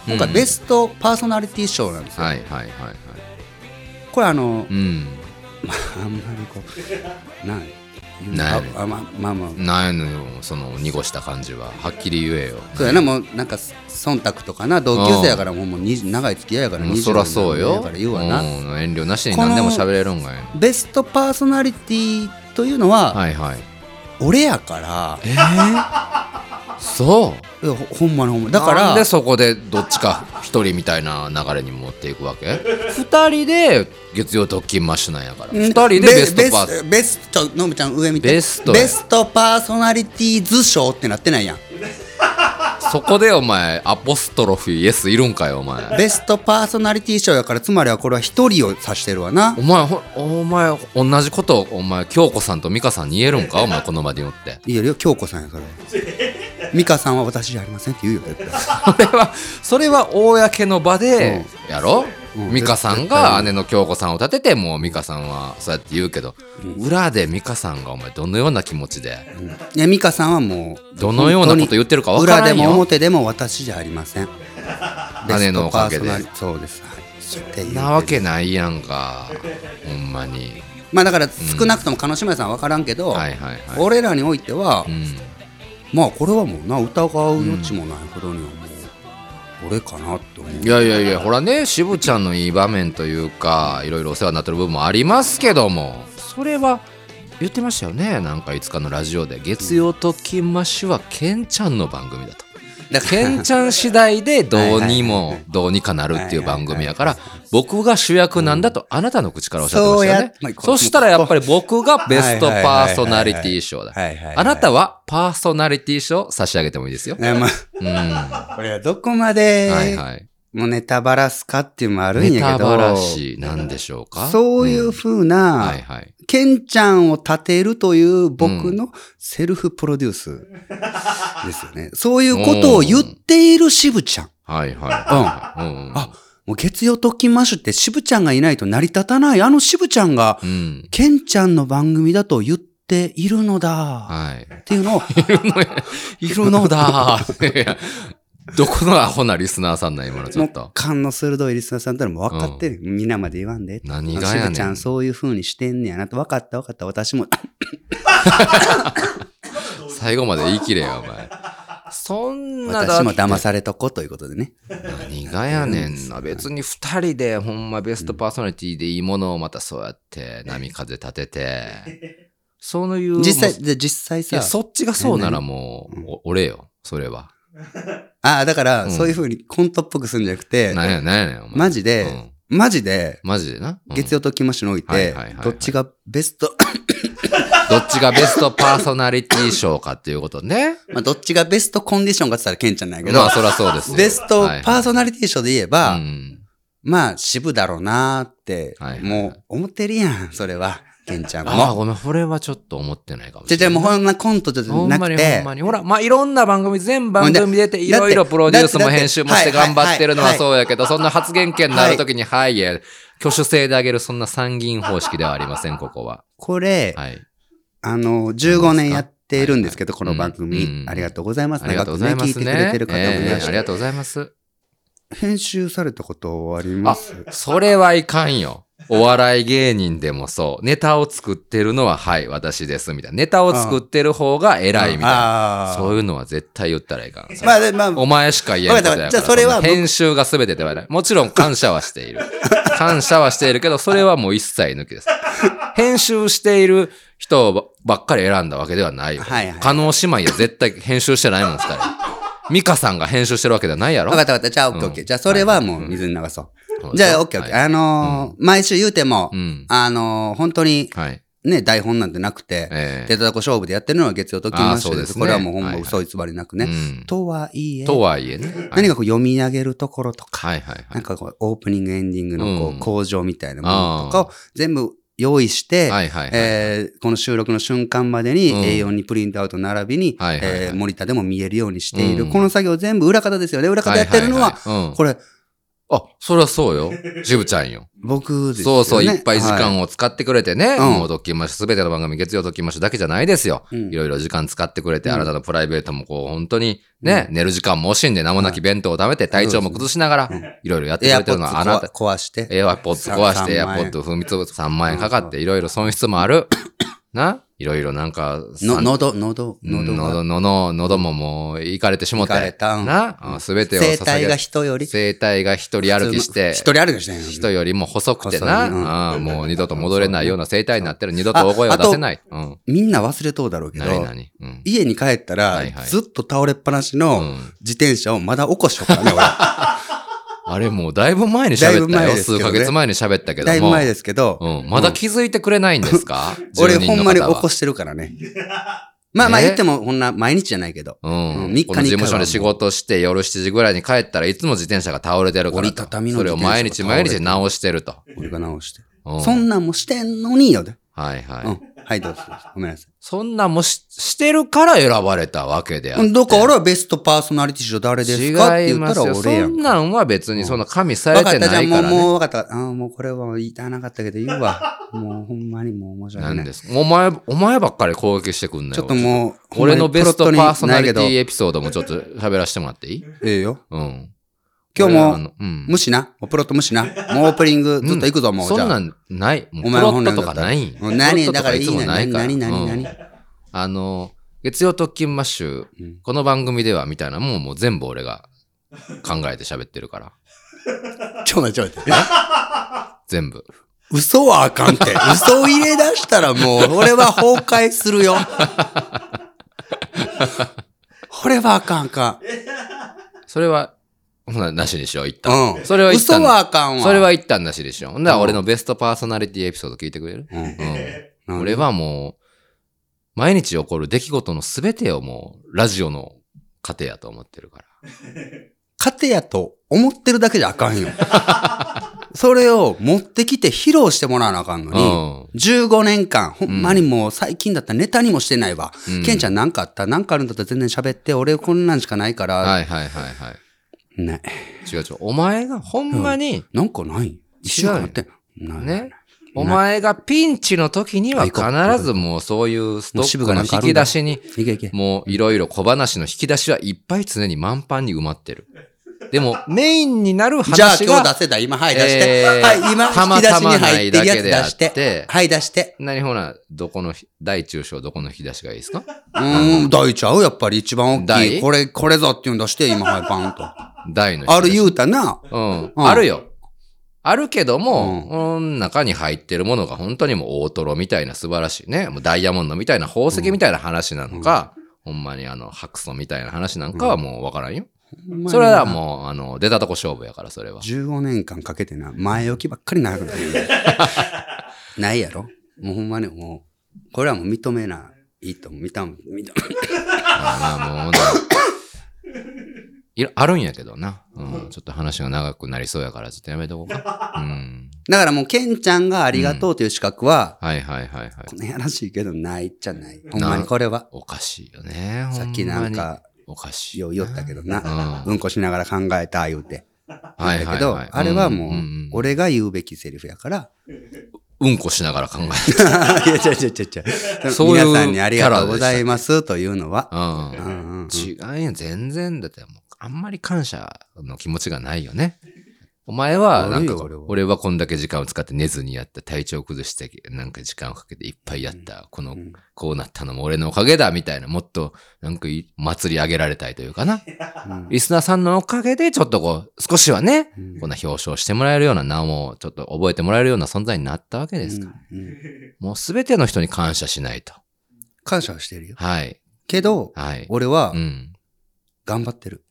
Speaker 1: 今回
Speaker 2: うん
Speaker 1: ベストパーソナリティ賞なんですよ、
Speaker 2: はいはいはいはい
Speaker 1: これあ
Speaker 2: <laughs>
Speaker 1: の、
Speaker 2: うん
Speaker 1: まあ、あんまりこうない
Speaker 2: ない
Speaker 1: ああままあまあ
Speaker 2: ないのよその濁した感じははっきり言えよ
Speaker 1: そうやな、もうなんか忖度とかな同級生やからもうもう20長い付き合いやから
Speaker 2: もう
Speaker 1: 20
Speaker 2: そらそう
Speaker 1: や
Speaker 2: よ
Speaker 1: から言うわな、
Speaker 2: うん遠慮なしに何でも喋れるんがい
Speaker 1: ベストパーソナリティというのは、
Speaker 2: はいはい
Speaker 1: 俺やから
Speaker 2: えー、そう
Speaker 1: いやほほんまにほんまにだか
Speaker 2: な
Speaker 1: ら
Speaker 2: んでそこでどっちか一人みたいな流れに持っていくわけ二人で月曜特勤マッシュなんやから二人でベストパー
Speaker 1: ベ
Speaker 2: ソ
Speaker 1: スベストのぶちゃん上見て
Speaker 2: ベストや
Speaker 1: ベストパーソナリティ図賞ってなってないやん
Speaker 2: そこでお前アポストロフィーイエスいるんかよお前
Speaker 1: ベストパーソナリティ賞やからつまりはこれは一人を指してるわな
Speaker 2: お前ほお前同じことお前京子さんと美香さんに言えるんかお前この場で言って
Speaker 1: いいよ京子さんやそれは
Speaker 2: <laughs>
Speaker 1: 美香さんは私じゃありませんって言うよ絶対
Speaker 2: それは、それは公の場で、やろ、
Speaker 1: うん
Speaker 2: 美香さんが姉の京子さんを立てて、もう美香さんはそうやって言うけど、裏で美香さんがお前どのような気持ちで、
Speaker 1: いや美香さんはもう
Speaker 2: どのようなこと言ってるか分
Speaker 1: 分
Speaker 2: からん
Speaker 1: 裏
Speaker 2: よ
Speaker 1: でも表でも私じゃありません
Speaker 2: 姉のおかげで
Speaker 1: ベストパーソナリそうですはいっていう
Speaker 2: なわけないやんか。ほんまに。
Speaker 1: まあだから少なくとも鹿島さんは分からんけど、
Speaker 2: はいはいはい。
Speaker 1: 俺らにおいては、
Speaker 2: うん。
Speaker 1: まあこれはもうな疑う余地もないほどにはもう俺かなって思
Speaker 2: <laughs>
Speaker 1: う
Speaker 2: いやいやいや、ほらね、渋ちゃんのいい場面というか、いろいろお世話になってる部分もありますけども、それは、言ってましたよね。なんかいつかのラジオで、月曜と金マッシュはケンちゃんの番組だと。
Speaker 1: だか
Speaker 2: ケ
Speaker 1: ら
Speaker 2: ンちゃん次第でどうにもどうにかなるっていう番組やから僕が主役なんだとあなたの口からおっしゃってましたよね
Speaker 1: そうやまあこ
Speaker 2: そしたらやっぱり僕がベストパーソナリティ賞だ
Speaker 1: はいはいはいはい
Speaker 2: あなたはパーソナリティ賞差し上げてもいいですよ
Speaker 1: ねま
Speaker 2: うんは
Speaker 1: あこれはどこまで、
Speaker 2: いはい
Speaker 1: もうネタバラすかっていうのもあるん
Speaker 2: ネ
Speaker 1: や
Speaker 2: タ
Speaker 1: けど
Speaker 2: バラシなんでしょうか
Speaker 1: そういうふうな、
Speaker 2: はいはい
Speaker 1: ケンちゃんを立てるという僕のセルフプロデュース <laughs> ですよね。そういうことを言っている渋ちゃん。
Speaker 2: はいはいはいはいうんうん
Speaker 1: あもう月曜特勤マッシュって渋ちゃんがいないと成り立たない。あの渋ちゃんが、
Speaker 2: うん。
Speaker 1: ケンちゃんの番組だと言っているのだ。
Speaker 2: はい。
Speaker 1: っていうのを、
Speaker 2: <laughs> いるのだいやどこのアホなリスナーさんなん今のちょ
Speaker 1: も
Speaker 2: っ
Speaker 1: う
Speaker 2: と。
Speaker 1: 勘の鋭いリスナーさんたらもう分かってる。みんなまで言わんで。
Speaker 2: 何が
Speaker 1: 渋
Speaker 2: やね
Speaker 1: ちゃ
Speaker 2: ん
Speaker 1: ん。そういう風にしてんねやなと。分かった分かった。私も、
Speaker 2: 最後まで言い切れよ、お前。そんなだ
Speaker 1: 私も
Speaker 2: って
Speaker 1: 騙されとこということでね。
Speaker 2: 何がやねんな。別に二人で、ほんまベストパーソナリティでいいものをまたそうやって、波風立てて。そういう。
Speaker 1: 実
Speaker 2: も
Speaker 1: 際、
Speaker 2: う
Speaker 1: で実際
Speaker 2: い
Speaker 1: さ、
Speaker 2: や、そっちがそうならもう、お俺よ、それは。
Speaker 1: ああ、だから、
Speaker 2: うん
Speaker 1: そういう風にコントっぽくするんじゃなくて、
Speaker 2: なんや、なんやねん、お前。
Speaker 1: マジで
Speaker 2: うん
Speaker 1: マジで、
Speaker 2: マジでな。うん
Speaker 1: 月曜と金マッシュにおい
Speaker 2: はい
Speaker 1: て
Speaker 2: はいはいはい、
Speaker 1: どっちがベスト、 <laughs>
Speaker 2: どっちがベストパーソナリティ賞かっていうことね。
Speaker 1: まあ、どっちがベストコンディションかって言ったらケンちゃんなんやけど、
Speaker 2: まあ、そりゃそうですよ。
Speaker 1: ベストパーソ
Speaker 2: ナ
Speaker 1: ナリティ賞で言えば、
Speaker 2: うん。
Speaker 1: まあ、渋だろうなーって、
Speaker 2: はいはいはい
Speaker 1: もう思ってるやん、それは、ケンちゃん
Speaker 2: ああ、
Speaker 1: も。
Speaker 2: ごめん、これはちょっと思ってないかもし
Speaker 1: じ
Speaker 2: れ
Speaker 1: ゃじゃ
Speaker 2: ない。
Speaker 1: もうほんなコントじ
Speaker 2: ほ
Speaker 1: ゃ
Speaker 2: ん
Speaker 1: な
Speaker 2: ま
Speaker 1: く
Speaker 2: にほ
Speaker 1: て
Speaker 2: ん、まに。ほら、まあ、いろんな番組、全番組出て、
Speaker 1: ほん
Speaker 2: い
Speaker 1: でだって
Speaker 2: ろいろプロデュースも
Speaker 1: だって
Speaker 2: 編集もして
Speaker 1: だって
Speaker 2: 頑張ってるのは
Speaker 1: はいはい
Speaker 2: そうやけど、そんな発言権のあるときに、はい、いや、挙手制であげる、そんな参議院方式ではありません、ここは。
Speaker 1: これ、
Speaker 2: はい。
Speaker 1: あの、15年やってるんですけど、
Speaker 2: はい
Speaker 1: こ
Speaker 2: はい
Speaker 1: の番組、
Speaker 2: うんうん
Speaker 1: ありがとうございます。
Speaker 2: ありがとうございま
Speaker 1: 長
Speaker 2: す
Speaker 1: く
Speaker 2: ね。
Speaker 1: ね聞いてくれてる方もいらっ
Speaker 2: ええ
Speaker 1: し
Speaker 2: あ
Speaker 1: ゃ
Speaker 2: り
Speaker 1: る。
Speaker 2: がとうございます。
Speaker 1: 編集されたことあります
Speaker 2: それはいかんよ。お笑い芸人でもそう。ネタを作ってるのは、はい、私です、みたいな。ネタを作ってる方が偉い、みたいな。
Speaker 1: あ
Speaker 2: そう
Speaker 1: う。
Speaker 2: いうのは絶対言ったらいかん。
Speaker 1: まあ、でまあ、
Speaker 2: お前しか言えないことやから。
Speaker 1: わかったじゃあそれは僕
Speaker 2: 編集が全てではない。もちろん感謝はして
Speaker 1: <laughs>
Speaker 2: いる。感謝はしているけど、それはもう一切抜きです。編集している人ばっかり選んだわけではないよ。
Speaker 1: はいはい
Speaker 2: 加納姉妹は絶対編集してないもん、二人。美香さんが編集してるわけではないやろ
Speaker 1: わかったわかった。じゃあ、オッケーオッケー。じゃあ、それはもう水に流そう。じゃあ、オッケーオッケー。あのー、毎週言うても
Speaker 2: う、ん。
Speaker 1: あのー、本当に
Speaker 2: はい。
Speaker 1: ね、台本なんてなくて、
Speaker 2: ええ
Speaker 1: 手たこ勝負でやってるのは月曜と金マッシュ
Speaker 2: あーそう
Speaker 1: で。
Speaker 2: ですすね
Speaker 1: これはもうほん
Speaker 2: はい
Speaker 1: ま
Speaker 2: はい
Speaker 1: 嘘偽りなく
Speaker 2: う
Speaker 1: ね。
Speaker 2: ん
Speaker 1: とはいえ、
Speaker 2: とはいえね。
Speaker 1: 何
Speaker 2: が、
Speaker 1: かこう読み上げるところとか、
Speaker 2: はいはいは
Speaker 1: なん
Speaker 2: い。
Speaker 1: かこうオープニングエンディングのこ
Speaker 2: うん
Speaker 1: う工場みたいなものとかを全部用意して、
Speaker 2: はいはいはい。
Speaker 1: えーこの収録の瞬間までに
Speaker 2: うん
Speaker 1: A4 にプリントアウト並びに、
Speaker 2: はいはいはい
Speaker 1: えーモニターでも見えるようにしている、
Speaker 2: うん
Speaker 1: この作業全部裏方ですよね裏方やってるのは、
Speaker 2: いいいうん
Speaker 1: これ
Speaker 2: あ、そりゃそうよ。渋ちゃんよ。
Speaker 1: 僕ですよね
Speaker 2: そうそう、いっぱい時
Speaker 1: は
Speaker 2: 間を使ってくれてね、
Speaker 1: ん
Speaker 2: もうドッキンマッシュ、すべての番組、月曜ドッキンマッシュだけじゃないですよ。
Speaker 1: うん
Speaker 2: いろいろ時間使ってくれて、
Speaker 1: うん
Speaker 2: あなたのプライベートもこう、本当にね、寝る時間も惜しんで、名もなき弁当を食べて、体調も崩しながら、いろいろやって
Speaker 1: エ
Speaker 2: く
Speaker 1: ア
Speaker 2: れて
Speaker 1: ポ
Speaker 2: る
Speaker 1: ッ
Speaker 2: の
Speaker 1: ド
Speaker 2: はあなた。
Speaker 1: 壊して
Speaker 2: エアポッツ壊して、エ
Speaker 1: 3
Speaker 2: ア
Speaker 1: 万
Speaker 2: ポ
Speaker 1: 円
Speaker 2: ッツ踏みつぶ3万円かかって、いろいろ損失もある。 <coughs> な、いろいろなんか、
Speaker 1: の
Speaker 2: さん
Speaker 1: 喉喉
Speaker 2: うん
Speaker 1: 喉が
Speaker 2: 喉、喉、喉ももう、いかれてしも
Speaker 1: 疲
Speaker 2: た
Speaker 1: れたうん
Speaker 2: な、すべてを
Speaker 1: 声
Speaker 2: 捧
Speaker 1: 帯が
Speaker 2: げ、
Speaker 1: 人より
Speaker 2: 生体が一人歩きして、
Speaker 1: 一人歩きしてんよ
Speaker 2: 人よりも細くてな、
Speaker 1: 細いうん
Speaker 2: ああもう二度と戻れないような生態になってる、二度と大声を出せない。うん。
Speaker 1: みんな忘れとうだろうけど
Speaker 2: 何々。うん。
Speaker 1: 家に帰ったら、
Speaker 2: はいはい
Speaker 1: ずっと倒れっぱなし
Speaker 2: う
Speaker 1: の
Speaker 2: ん
Speaker 1: 自転車をまだ起こしとくから
Speaker 2: <laughs>
Speaker 1: ね、俺
Speaker 2: あれもうだいぶ前に
Speaker 1: だい
Speaker 2: 喋
Speaker 1: ぶ
Speaker 2: った
Speaker 1: 前
Speaker 2: よ。
Speaker 1: です
Speaker 2: 数
Speaker 1: けど
Speaker 2: ヶ
Speaker 1: ね
Speaker 2: 月前に喋ったけども。
Speaker 1: だいぶ前ですけど、
Speaker 2: うん。まだ気づいてくれないんですか
Speaker 1: 俺
Speaker 2: 住人
Speaker 1: ほん <laughs>
Speaker 2: の
Speaker 1: まに
Speaker 2: 方は
Speaker 1: 起こしてるからね。まあまあ
Speaker 2: ね
Speaker 1: 言っても、こんな毎日じゃないけど。
Speaker 2: うん。
Speaker 1: うん三日に一回
Speaker 2: この
Speaker 1: は
Speaker 2: 事務所で仕事して夜7時ぐらいに帰ったらいつも自転車が倒れてるから
Speaker 1: 折
Speaker 2: と。
Speaker 1: りたたみの
Speaker 2: それ
Speaker 1: 自
Speaker 2: を
Speaker 1: 転車が倒
Speaker 2: 毎
Speaker 1: れて
Speaker 2: 日
Speaker 1: る
Speaker 2: 毎日直してると。
Speaker 1: 俺が直して。
Speaker 2: う
Speaker 1: そんなんもしてんのによで。
Speaker 2: はいはい。
Speaker 1: うん。はい、どうぞ。ごめんなさ
Speaker 2: そんなもししてるから選ばれたわけであっ
Speaker 1: い。
Speaker 2: て。
Speaker 1: どこ俺はベストパーソナリティ賞誰ですかって
Speaker 2: 違い
Speaker 1: 言った
Speaker 2: ます
Speaker 1: ら
Speaker 2: よ。そ
Speaker 1: 俺やん
Speaker 2: ん。なんは別にその加味され
Speaker 1: わか
Speaker 2: て
Speaker 1: った、じゃ
Speaker 2: な
Speaker 1: あ
Speaker 2: い
Speaker 1: も
Speaker 2: か
Speaker 1: う、
Speaker 2: ら
Speaker 1: も
Speaker 2: ね。
Speaker 1: うわかった。あーもうこれは言いたなかったけど言う
Speaker 2: <laughs>
Speaker 1: わ。もうほんまにもう申し
Speaker 2: な
Speaker 1: 訳なんい。
Speaker 2: です。お前、お前ばっかり攻撃してくんな
Speaker 1: ち
Speaker 2: よ。
Speaker 1: ょっともう、
Speaker 2: 俺のベストパーソナリテ
Speaker 1: ほんま
Speaker 2: ィ
Speaker 1: に
Speaker 2: エピソードもちょっと喋らせてもらっていい
Speaker 1: プロットにないけどええよ。
Speaker 2: うん。
Speaker 1: 今日
Speaker 2: 俺ら
Speaker 1: も、
Speaker 2: の、うん。
Speaker 1: 無視な。もうプロット無視な。もうオープニングずっと行くぞ、もう。
Speaker 2: そ
Speaker 1: じゃ
Speaker 2: んな
Speaker 1: あ。
Speaker 2: んない。もう
Speaker 1: お
Speaker 2: プ
Speaker 1: 前
Speaker 2: ロ
Speaker 1: は
Speaker 2: ッ
Speaker 1: 本
Speaker 2: ト
Speaker 1: 来
Speaker 2: と
Speaker 1: の
Speaker 2: か
Speaker 1: だった
Speaker 2: ないんや。
Speaker 1: もう何
Speaker 2: プロットと
Speaker 1: だからい
Speaker 2: つ
Speaker 1: い
Speaker 2: も
Speaker 1: ね。
Speaker 2: ない
Speaker 1: 何、
Speaker 2: から
Speaker 1: 何、何、
Speaker 2: うん
Speaker 1: 何。
Speaker 2: あの、月曜特勤マッシュ、
Speaker 1: うん
Speaker 2: この番組ではみたいなもんもう全部俺が考えて喋ってるから。
Speaker 1: ちょ待ってちょ待って。
Speaker 2: 全部。
Speaker 1: 嘘はあかんって。
Speaker 2: <laughs>
Speaker 1: 嘘を入れ出したらもう、俺は崩壊する
Speaker 2: <laughs>
Speaker 1: よ。これはあかんあか
Speaker 2: それは、ほな、なしにしよう、一旦。
Speaker 1: ん。うん。
Speaker 2: それは一
Speaker 1: 嘘
Speaker 2: 旦。
Speaker 1: はあかんわ。
Speaker 2: それは一旦なしでしょ。ほんなら
Speaker 1: うん
Speaker 2: 俺のベストパーソナリティエピソード聞いてくれる、
Speaker 1: うん、
Speaker 2: うん、俺はもう、毎日起こる出来事のすべてをもう、ラジオの糧やと思ってるから。
Speaker 1: 勝てやと思ってるだけじゃあか
Speaker 2: <laughs>
Speaker 1: んよ。それを持ってきて披露してもらわなあかんの
Speaker 2: う
Speaker 1: に、
Speaker 2: ん。
Speaker 1: 15年間、ほんまにもう最近だったらネタにもしてないわ。
Speaker 2: うん
Speaker 1: ケンちゃんなんかあったなんかあるんだったら全然喋って、俺こんなんしかないから、
Speaker 2: はいはいはいはい。
Speaker 1: ない。
Speaker 2: 違う違う。お前がほんまに、
Speaker 1: なんかない。一週間待って。ない。
Speaker 2: ね。お前がピンチの時には
Speaker 1: ない
Speaker 2: 必ずもうそういうスト
Speaker 1: もう支
Speaker 2: ッ
Speaker 1: 部
Speaker 2: ク
Speaker 1: が
Speaker 2: の
Speaker 1: なんかあ
Speaker 2: 引
Speaker 1: るん
Speaker 2: き
Speaker 1: だ
Speaker 2: 出しに、
Speaker 1: いけいけ。
Speaker 2: もういろいろ小話の引き出しはいっぱい常に満帆に埋まってる。でもメインになる話
Speaker 1: じゃあ
Speaker 2: が、
Speaker 1: 今日出せた。今、はい、出して。
Speaker 2: えー
Speaker 1: はい、今、
Speaker 2: た
Speaker 1: 引
Speaker 2: ま
Speaker 1: き出した
Speaker 2: ま
Speaker 1: に
Speaker 2: な
Speaker 1: 入っ
Speaker 2: い
Speaker 1: て
Speaker 2: だ
Speaker 1: る
Speaker 2: けで
Speaker 1: や
Speaker 2: あ
Speaker 1: つ出
Speaker 2: っ、
Speaker 1: してて。はい、出して。
Speaker 2: 何ほな、どこのひ、大中小どこの引き出しがいいですか
Speaker 1: うーん、大ちゃうやっぱり一番大きい。
Speaker 2: 大
Speaker 1: これ、これぞっていうの出して、今、はい、バンと。
Speaker 2: 大の引き出し。
Speaker 1: ある言うたな。
Speaker 2: うん。
Speaker 1: うん
Speaker 2: あるよ。あるけども、
Speaker 1: うん
Speaker 2: うん、中に入ってるものが本当にもう大トロみたいな素晴らしいね。もうダイヤモンドみたいな宝石みたいな話なのか、ほんまにあの、白素みたいな話なんかはもうわからんよ。それはもう、あの、出たとこ勝負やから、それは。
Speaker 1: 15年間かけてな、前置きばっかり長くなる。
Speaker 2: <laughs>
Speaker 1: ないやろもうほんまにもう、これはもう認めない。いいと思う。認め、認め。
Speaker 2: ああ、もうほんといろあるんやけどな。うん。ちょっと話が長くなりそうやから、ちょっとやめとこうか。
Speaker 1: <laughs>
Speaker 2: うん。
Speaker 1: だからもう、ケンちゃんがありがとうという資格は、
Speaker 2: はいはいはいはい。
Speaker 1: このやらしいけど、ないっちゃない。ほんまにこれは。
Speaker 2: おかしいよね。
Speaker 1: さっきなん
Speaker 2: ほまに。
Speaker 1: か、
Speaker 2: おかしい。
Speaker 1: よう言ったけど
Speaker 2: う
Speaker 1: な。
Speaker 2: ん。
Speaker 1: うんこしながら考えた、言うて。
Speaker 2: はいはい、はい。
Speaker 1: だけど、あれはもう、
Speaker 2: んん
Speaker 1: 俺が言うべきセリフや
Speaker 2: <laughs>
Speaker 1: から。
Speaker 2: うんこしながら考えて。
Speaker 1: いや、ちゃちゃちゃちゃ。
Speaker 2: そういう
Speaker 1: 皆さんにありがとうございますというのは。
Speaker 2: うん
Speaker 1: うんうんうん
Speaker 2: 違うやん、全然。だってもう、あんまり感謝の気持ちがないよね。お前は、なんか
Speaker 1: 悪いよ俺は、
Speaker 2: 俺はこんだけ時間を使って寝ずにやった、体調崩して、なんか時間をかけていっぱいやった、この
Speaker 1: ん、
Speaker 2: こうなったのも俺のおかげだ、みたいな、もっと、なんかい、祭り上げられたいというかな。
Speaker 1: うん
Speaker 2: リスナーさんのおかげで、ちょっとこう、少しはね、
Speaker 1: うん
Speaker 2: こんな表彰してもらえるような名を、ちょっと覚えてもらえるような存在になったわけですから。
Speaker 1: うんうん
Speaker 2: もうすべての人に感謝しないと。
Speaker 1: 感謝はしてるよ。
Speaker 2: はい。
Speaker 1: けど、
Speaker 2: はい。
Speaker 1: 俺は
Speaker 2: うん。
Speaker 1: 頑張ってる。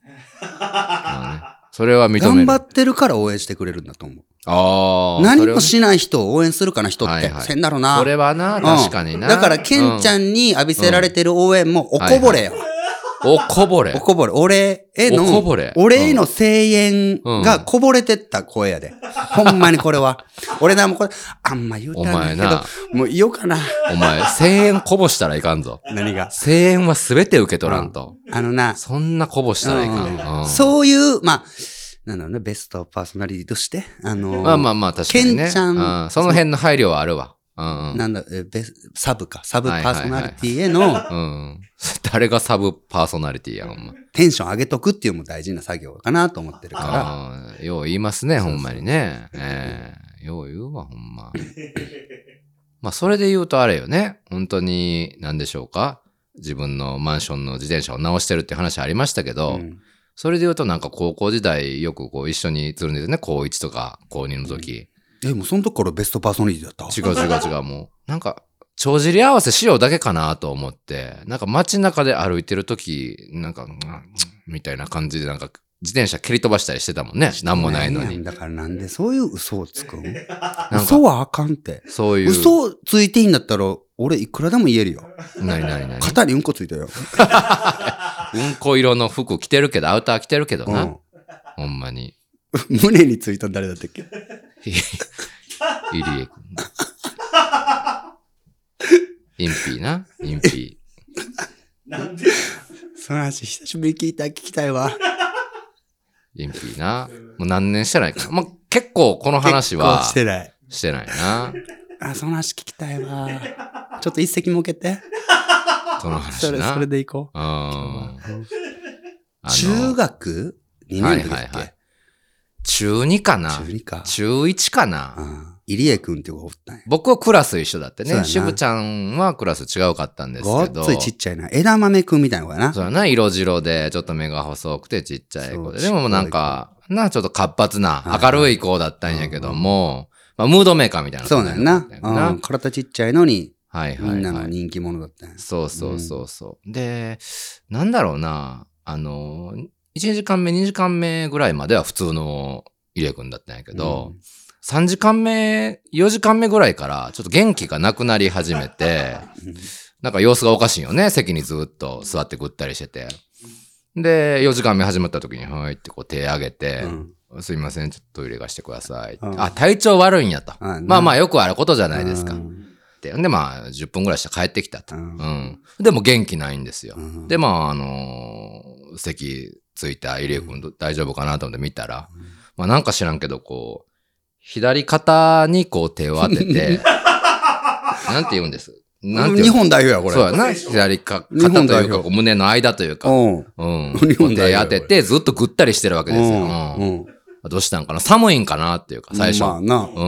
Speaker 2: まあね、それは認める。
Speaker 1: 頑張ってるから応援してくれるんだと思
Speaker 2: あ
Speaker 1: う。
Speaker 2: あ。
Speaker 1: 何
Speaker 2: それは
Speaker 1: もしない人を応援するかな、人っ
Speaker 2: はい
Speaker 1: て
Speaker 2: は。い
Speaker 1: せんだろうな。
Speaker 2: それはな、
Speaker 1: うん
Speaker 2: 確かにな。
Speaker 1: だから、ケンちゃ
Speaker 2: うん
Speaker 1: に浴びせられてる応援も、おこぼれよ。
Speaker 2: おこぼれ
Speaker 1: お。こぼれ。俺へ
Speaker 2: おこ
Speaker 1: の、
Speaker 2: ぼれ。
Speaker 1: 俺への声援がこぼれてった声やで。ほんまにこれは。俺な、もうこれ、あんま言う
Speaker 2: お
Speaker 1: てな
Speaker 2: 前
Speaker 1: いけど
Speaker 2: な、、
Speaker 1: もういようかな。
Speaker 2: お前、声援こぼしたらいかんぞ。
Speaker 1: 何が。
Speaker 2: 声援はすべて受け取らんと。
Speaker 1: あのな、
Speaker 2: そんなこぼしたらいかん。うん
Speaker 1: そういう、まあ、なんだろうね、ベストパーソナリティとして、あの、
Speaker 2: まあまあまあ、確かにね。
Speaker 1: ケンちゃん
Speaker 2: うその辺の配慮はあるわ。うんうん。
Speaker 1: なんだ、えベスサブか、サブパーソナリティへの
Speaker 2: うん。 <laughs> 誰がサブパーソナリティや、ほんま。
Speaker 1: テンション上げとくっていうのも大事な作業かなと思ってるか
Speaker 2: ああ、よう言いますね、ほんまにね。ええよう言うわ、ほんま。まあ、それで言うとあれよね。本当に、何でしょうか。自分のマンションの自転車を直してるって話ありましたけ
Speaker 1: ら。
Speaker 2: ど、
Speaker 1: うん
Speaker 2: それで言うとなんか高校時代よくこう一緒につるんでてね、高1とか高2の時。
Speaker 1: え、もうその時からベストパーソナリティだった
Speaker 2: 違う違う違う、もう。なんか、帳尻合わせしようだけかなと思って、なんか街中で歩いてる時、なんか、うんみたいな感じでなんか自転車蹴り飛ばしたりしてたもんね。なんもないの
Speaker 1: や
Speaker 2: に
Speaker 1: ん。だからなんでそういう嘘をつくん
Speaker 2: なんか
Speaker 1: 嘘はあかんって。
Speaker 2: そういう。
Speaker 1: 嘘をついていいんだったら、俺いくらでも言えるよ。
Speaker 2: なになになに
Speaker 1: 肩にうんこついたよ。
Speaker 2: うんこ色の服着てるけど、アウター着てるけど
Speaker 1: う
Speaker 2: な。
Speaker 1: ん。 <laughs>
Speaker 2: ほんまに。
Speaker 1: 胸についたの誰だったっけ
Speaker 2: 入江君。インピーな。インピ
Speaker 1: その話久しぶりに聞いた、聞きたいわ。
Speaker 2: ー。インピーな。もう何年してないか。まあ、結構この話は
Speaker 1: 結構してない。
Speaker 2: してないな。
Speaker 1: あ、その話聞きたいわ。ちょっと一席設けて。
Speaker 2: その話
Speaker 1: それ、
Speaker 2: な。
Speaker 1: それでいこう。
Speaker 2: うん。あの
Speaker 1: 中学 ?2
Speaker 2: はい
Speaker 1: 年生
Speaker 2: は
Speaker 1: だ
Speaker 2: い
Speaker 1: っ
Speaker 2: はい
Speaker 1: け。
Speaker 2: 中2かな。
Speaker 1: 中二か。
Speaker 2: 中1かな。
Speaker 1: ああ入江君って子がおったんや。
Speaker 2: 僕はクラス一緒だって
Speaker 1: そうや
Speaker 2: ね。
Speaker 1: な
Speaker 2: しぶちゃんはクラス違うかったんです
Speaker 1: ご
Speaker 2: け
Speaker 1: っ
Speaker 2: ど。
Speaker 1: ついちっちゃいな。枝豆君みたいな子やな。
Speaker 2: そうやな、色白で、ちょっと目が細くてちっちゃい子で。
Speaker 1: そう
Speaker 2: でもなんか、な、ちょっと活発な、明るい子だったんやけども、まあ、ムードメーカーみたいな。
Speaker 1: そうなんやな。うん。体ちっちゃいのに、
Speaker 2: はい
Speaker 1: み
Speaker 2: は
Speaker 1: ん
Speaker 2: い
Speaker 1: なの
Speaker 2: はい。
Speaker 1: 人気者だったんや。
Speaker 2: そうそうそうそう。で、なんだろうな、あの、1時間目、2時間目ぐらいまでは普通の入江くんだったんやけど、3時間目、4時間目ぐらいから、ちょっと元気がなくなり始め
Speaker 1: <laughs>
Speaker 2: て、
Speaker 1: うん
Speaker 2: なんか様子がおかしいよね。席にずっと座ってぐったりしてて。で、4時間目始まった時に、はいってこう手上げて
Speaker 1: う、ん
Speaker 2: すいません、ちょっとトイレがしてくださいって。
Speaker 1: うん
Speaker 2: あ、体調悪いんやと。
Speaker 1: あ
Speaker 2: まあまあよくあることじゃないですか。
Speaker 1: う
Speaker 2: っ
Speaker 1: ん
Speaker 2: て。で、まあ10分ぐらいして帰ってきたと。
Speaker 1: う
Speaker 2: うんん。でも元気ないんですよ
Speaker 1: う。ん
Speaker 2: で、まああのー席ついた入江君、ん、大丈夫かなと思って見たら、まあなんか知らんけど、こう、左肩にこう手を当
Speaker 1: <laughs>
Speaker 2: てて、なんて言うんですなんて
Speaker 1: 日
Speaker 2: 言うん
Speaker 1: 本代表や、これ。
Speaker 2: そうやな。左か
Speaker 1: 日
Speaker 2: 肩
Speaker 1: 本
Speaker 2: と
Speaker 1: 代
Speaker 2: いう
Speaker 1: 表
Speaker 2: か、こう胸の間というか、
Speaker 1: うん。
Speaker 2: うん。
Speaker 1: 日本代表
Speaker 2: 手当てて、ずっとぐったりしてるわけですよ。うん
Speaker 1: うん。
Speaker 2: どうしたんかな寒いんかなっていうか、最初。
Speaker 1: まあな。
Speaker 2: うん、
Speaker 1: う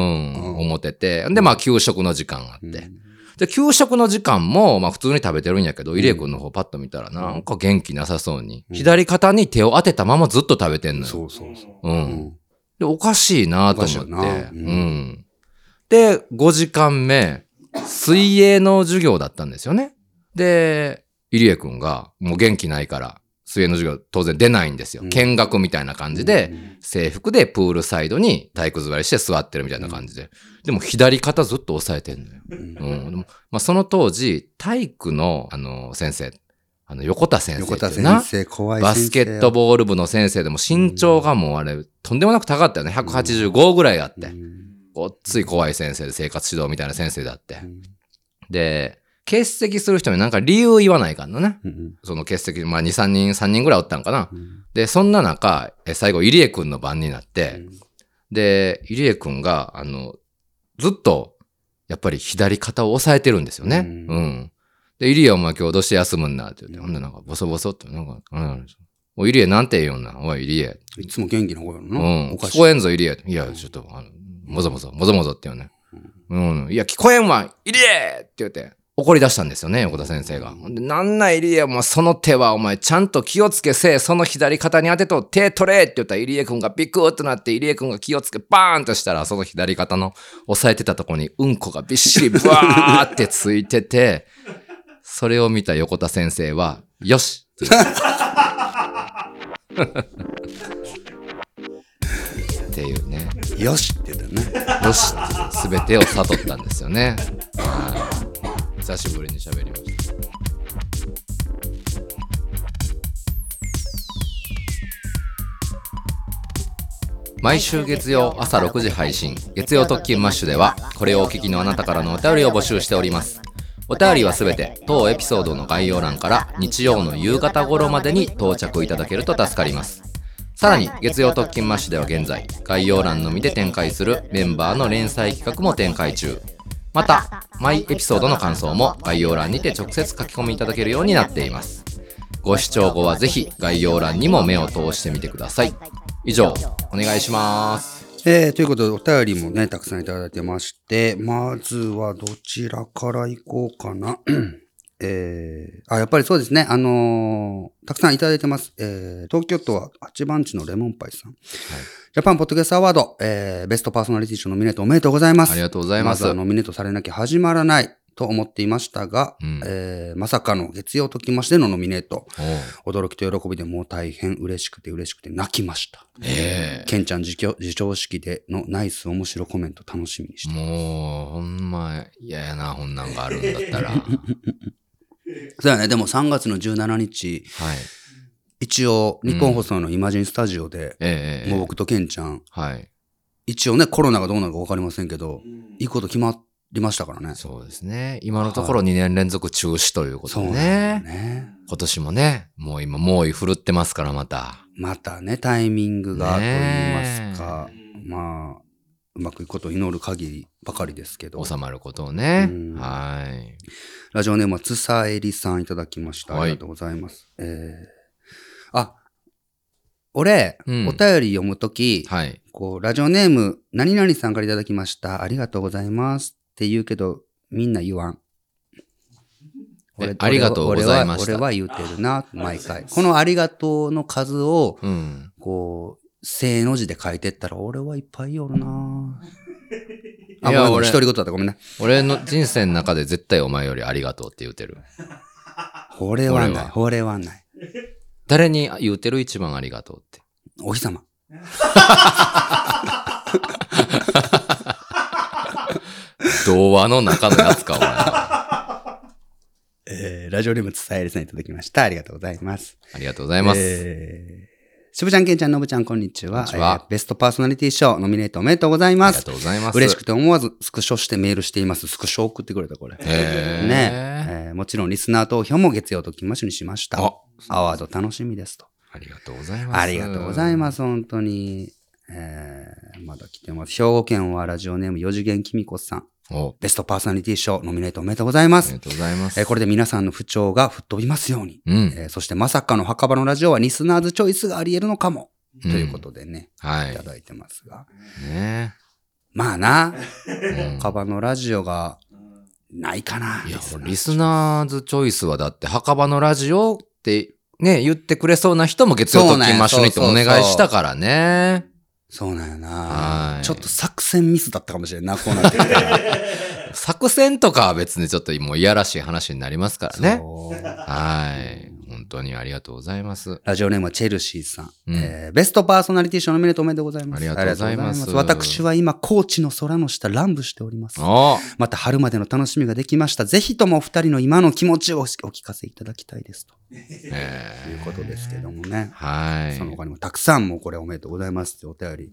Speaker 1: ん
Speaker 2: 思ってて。で、まあ、給食の時間があって。
Speaker 1: うん
Speaker 2: で、給食の時間も、まあ、普通に食べてるんやけど、入江君の方パッと見たら、なんか元気なさそうに、
Speaker 1: うん
Speaker 2: 左肩に手を当てたままずっと食べてんのよ。
Speaker 1: そうそうそう
Speaker 2: う。
Speaker 1: うんん。
Speaker 2: で、おかしいなと思
Speaker 1: おか
Speaker 2: っ
Speaker 1: しいよ
Speaker 2: て
Speaker 1: な。
Speaker 2: う、
Speaker 1: うんん
Speaker 2: で、5時間目、水泳の授業だったんですよね。で、入江君が、もう元気ないから、水泳の授業当然出ないんですよ。
Speaker 1: うん
Speaker 2: 見学みたいな感じで、制服でプールサイドに体育座りして座ってるみたいな感じで。でも左肩ずっと押さえてんのよ。
Speaker 1: うん、
Speaker 2: うん。でもまあ、その当時、体育の、あの、先生、あの、横田先生ってい
Speaker 1: 横
Speaker 2: うな。
Speaker 1: 田先生、怖い先生。
Speaker 2: バスケットボール部の先生でも身長がもうあれ、とんでもなく高かったよね。185ぐらいあって。
Speaker 1: うん
Speaker 2: ごっつい怖い先生で生活指導みたいな先生だって
Speaker 1: う。ん
Speaker 2: で、欠席する人になんか理由言わないかんのね。
Speaker 1: うん
Speaker 2: その欠席、まあ2、3人、3人ぐらいおったんかな。
Speaker 1: うん
Speaker 2: で、そんな中、え最後、入江くんの番になって、
Speaker 1: うん
Speaker 2: で、入江くんが、あの、ずっと、やっぱり左肩を押さえてるんですよね。う
Speaker 1: うんん。
Speaker 2: で、入江お前今日どうして休むんだって言って、
Speaker 1: うん
Speaker 2: ほんでなんかボソボソって、なんか、あれなんですよおい、入江なんて言うんだおい、入江。
Speaker 1: いつも元気な子やろ
Speaker 2: う
Speaker 1: な。
Speaker 2: ん。
Speaker 1: おか
Speaker 2: 聞
Speaker 1: しい。
Speaker 2: こえんぞ、入江。いや、ちょっと、あの、もぞもぞ、もぞもぞって言うね。うん。いや、聞こえんわ入江って言って、怒り出したんですよね、横田先生が。ほんで、なんない入江、お前、その手は、お前、ちゃんと気をつけせえ、その左肩に当てと、手取れって言ったら、入江君がビクッとなって、入江君が気をつけ、バーンとしたら、その左肩の押さえてたとこに、うんこがびっしり、ブワーってついてて、それを見た横田先生は、よしっていうね。
Speaker 1: よしって言ったね。
Speaker 2: よし、すべてを悟ったんですよね。はい久しぶりに喋りました。毎週月曜朝6時配信、月曜特勤マッシュでは、これをお聞きのあなたからのお便りを募集しております。お便りはすべて当エピソードの概要欄から日曜の夕方頃までに到着いただけると助かります。さらに月曜特勤マッシュでは現在概要欄のみで展開するメンバーの連載企画も展開中また毎エピソードの感想も概要欄にて直接書き込みいただけるようになっていますご視聴後はぜひ概要欄にも目を通してみてください以上お願いします
Speaker 1: えー、ということで、お便りもね、たくさんいただいてまして、まずはどちらから行こうかな。えー、あ、やっぱりそうですね。あのーたくさんいただいてます。えー、東京都は八番地のレモンパイさん。ジャパンポッドキャストアワード、えー、ベストパーソナリティ賞ノミネートおめでとうございます。
Speaker 2: ありがとうございます
Speaker 1: まずはノミネートされなきゃ始まらないと思っていましたが、
Speaker 2: うん
Speaker 1: えーまさかの月曜ときましてのノミネート。
Speaker 2: おう
Speaker 1: 驚きと喜びでもう大変嬉しくて嬉しくて泣きました。
Speaker 2: え
Speaker 1: ケンちゃん自供自重式でのナイス面白コメント楽しみにし
Speaker 2: え
Speaker 1: て。
Speaker 2: もうほんま嫌やなこんなんがあるんだった <laughs> らはい
Speaker 1: そうやね、でも3月の17日、一応日本放送のイマジンスタジオで、
Speaker 2: ええええ
Speaker 1: もう僕とケンちゃん、
Speaker 2: はい
Speaker 1: 一応ね、コロナがどうなるか分かりませんけど、行くこと決まりましたからね。
Speaker 2: そうですね今のところ2年連続中止ということで
Speaker 1: なん
Speaker 2: ね
Speaker 1: だよね。
Speaker 2: 今年もね、もう今、猛威振るってますから、また。
Speaker 1: またね、タイミングがと言いますか、
Speaker 3: ねえ
Speaker 1: まあ、うまくいくことを祈る限りばかりですけど、
Speaker 2: 収まることをね
Speaker 1: う。ん
Speaker 2: はい。
Speaker 1: ラジオネームはつさえりさんいただきました。
Speaker 2: は
Speaker 1: あ
Speaker 2: い
Speaker 1: りがとうございます。えーあ、俺、
Speaker 2: うん
Speaker 1: お便り読むとき、
Speaker 2: はい。
Speaker 1: こう、ラジオネーム、何々さんからいただきました。ありがとうございます。って言うけど、みんな言わん。
Speaker 2: えありがとうございました
Speaker 1: 俺は俺は俺は言うてるな、毎回。このありがとうの数を、
Speaker 2: うん。
Speaker 1: こう、正の字で書いてったら、俺はいっぱいおるなぁあ、
Speaker 2: いや
Speaker 1: もう
Speaker 2: 俺
Speaker 1: 独り言だった。ごめんな。
Speaker 2: 俺の人生の中で絶対お前よりありがとうって言うてる。
Speaker 1: これは
Speaker 2: 俺
Speaker 1: ない。
Speaker 2: は
Speaker 1: これはない。
Speaker 2: 誰に言うてる一番ありがとうって。
Speaker 1: お日様。
Speaker 2: 童話の中のやつか、お前
Speaker 1: <laughs>
Speaker 2: は。
Speaker 1: えー、ラジオネームつさえりさんいただきました。ありがとうございます。
Speaker 2: ありがとうございます。
Speaker 1: えー、しぶちゃん、けんちゃん、のぶちゃん、こんにちは。
Speaker 2: こんにちは
Speaker 1: えーベストパーソナリティ賞、ノミネートおめでとうございま
Speaker 2: ありが
Speaker 1: す
Speaker 2: と。うございます。
Speaker 1: 嬉しくて思わずスクショしてメールしています。スクショ送ってくれた、これ。
Speaker 2: へー
Speaker 1: ねえーもちろんリスナー投票も月曜と金マッシュにしました
Speaker 2: あ。
Speaker 1: アワード楽しみですと。
Speaker 2: ありがとうございます。
Speaker 1: ありがとうございます、本当に。えー、まだ来てます。兵庫県はラジオネーム4次元きみこさん。
Speaker 2: す。お、
Speaker 1: ベストパーソナリティ賞ノミネートおめでとうございま
Speaker 2: あり
Speaker 1: す
Speaker 2: が。とうございます。
Speaker 1: えーこれで皆さんの不調が吹っ飛びますように。
Speaker 2: うん。
Speaker 1: えーそしてまさかの墓場のラジオはリスナーズチョイスがあり得るのかも。ということでね、
Speaker 2: はい
Speaker 1: た
Speaker 2: い。
Speaker 1: だいてますが。
Speaker 2: ね
Speaker 1: まあな、
Speaker 2: うん
Speaker 1: 墓場のラジオがないかな。
Speaker 2: いや、リスナーズチョイスはだって、墓場のラジオってね、言ってくれそうな人も月曜
Speaker 1: そ
Speaker 2: と
Speaker 1: うなんや
Speaker 2: きましょにってお願いしたからね。
Speaker 1: そうなんやな
Speaker 2: は。い
Speaker 1: ちょっと作戦ミスだったかもしれんな、こうなってきたら。
Speaker 2: 作戦とかは別にちょっともういやらしい話になりますから <laughs> ね。
Speaker 1: そう
Speaker 2: はい。本当にありがとうございます。
Speaker 1: ラジオネームはチェルシーさん。
Speaker 2: うん
Speaker 1: えーベストパーソナリティ賞のメネトおめでとうございます。
Speaker 2: ありがとうございます
Speaker 1: ありがとうござい私は今、高知の空の下、乱舞しております。
Speaker 2: お
Speaker 1: また春までの楽しみができました。ぜひともお二人の今の気持ちをお聞かせいただきたいです。と
Speaker 2: え
Speaker 1: いうことですけどもね。
Speaker 2: ーは
Speaker 1: その
Speaker 2: い。
Speaker 1: 他にもたくさんもうこれおめでとうございますってお便り、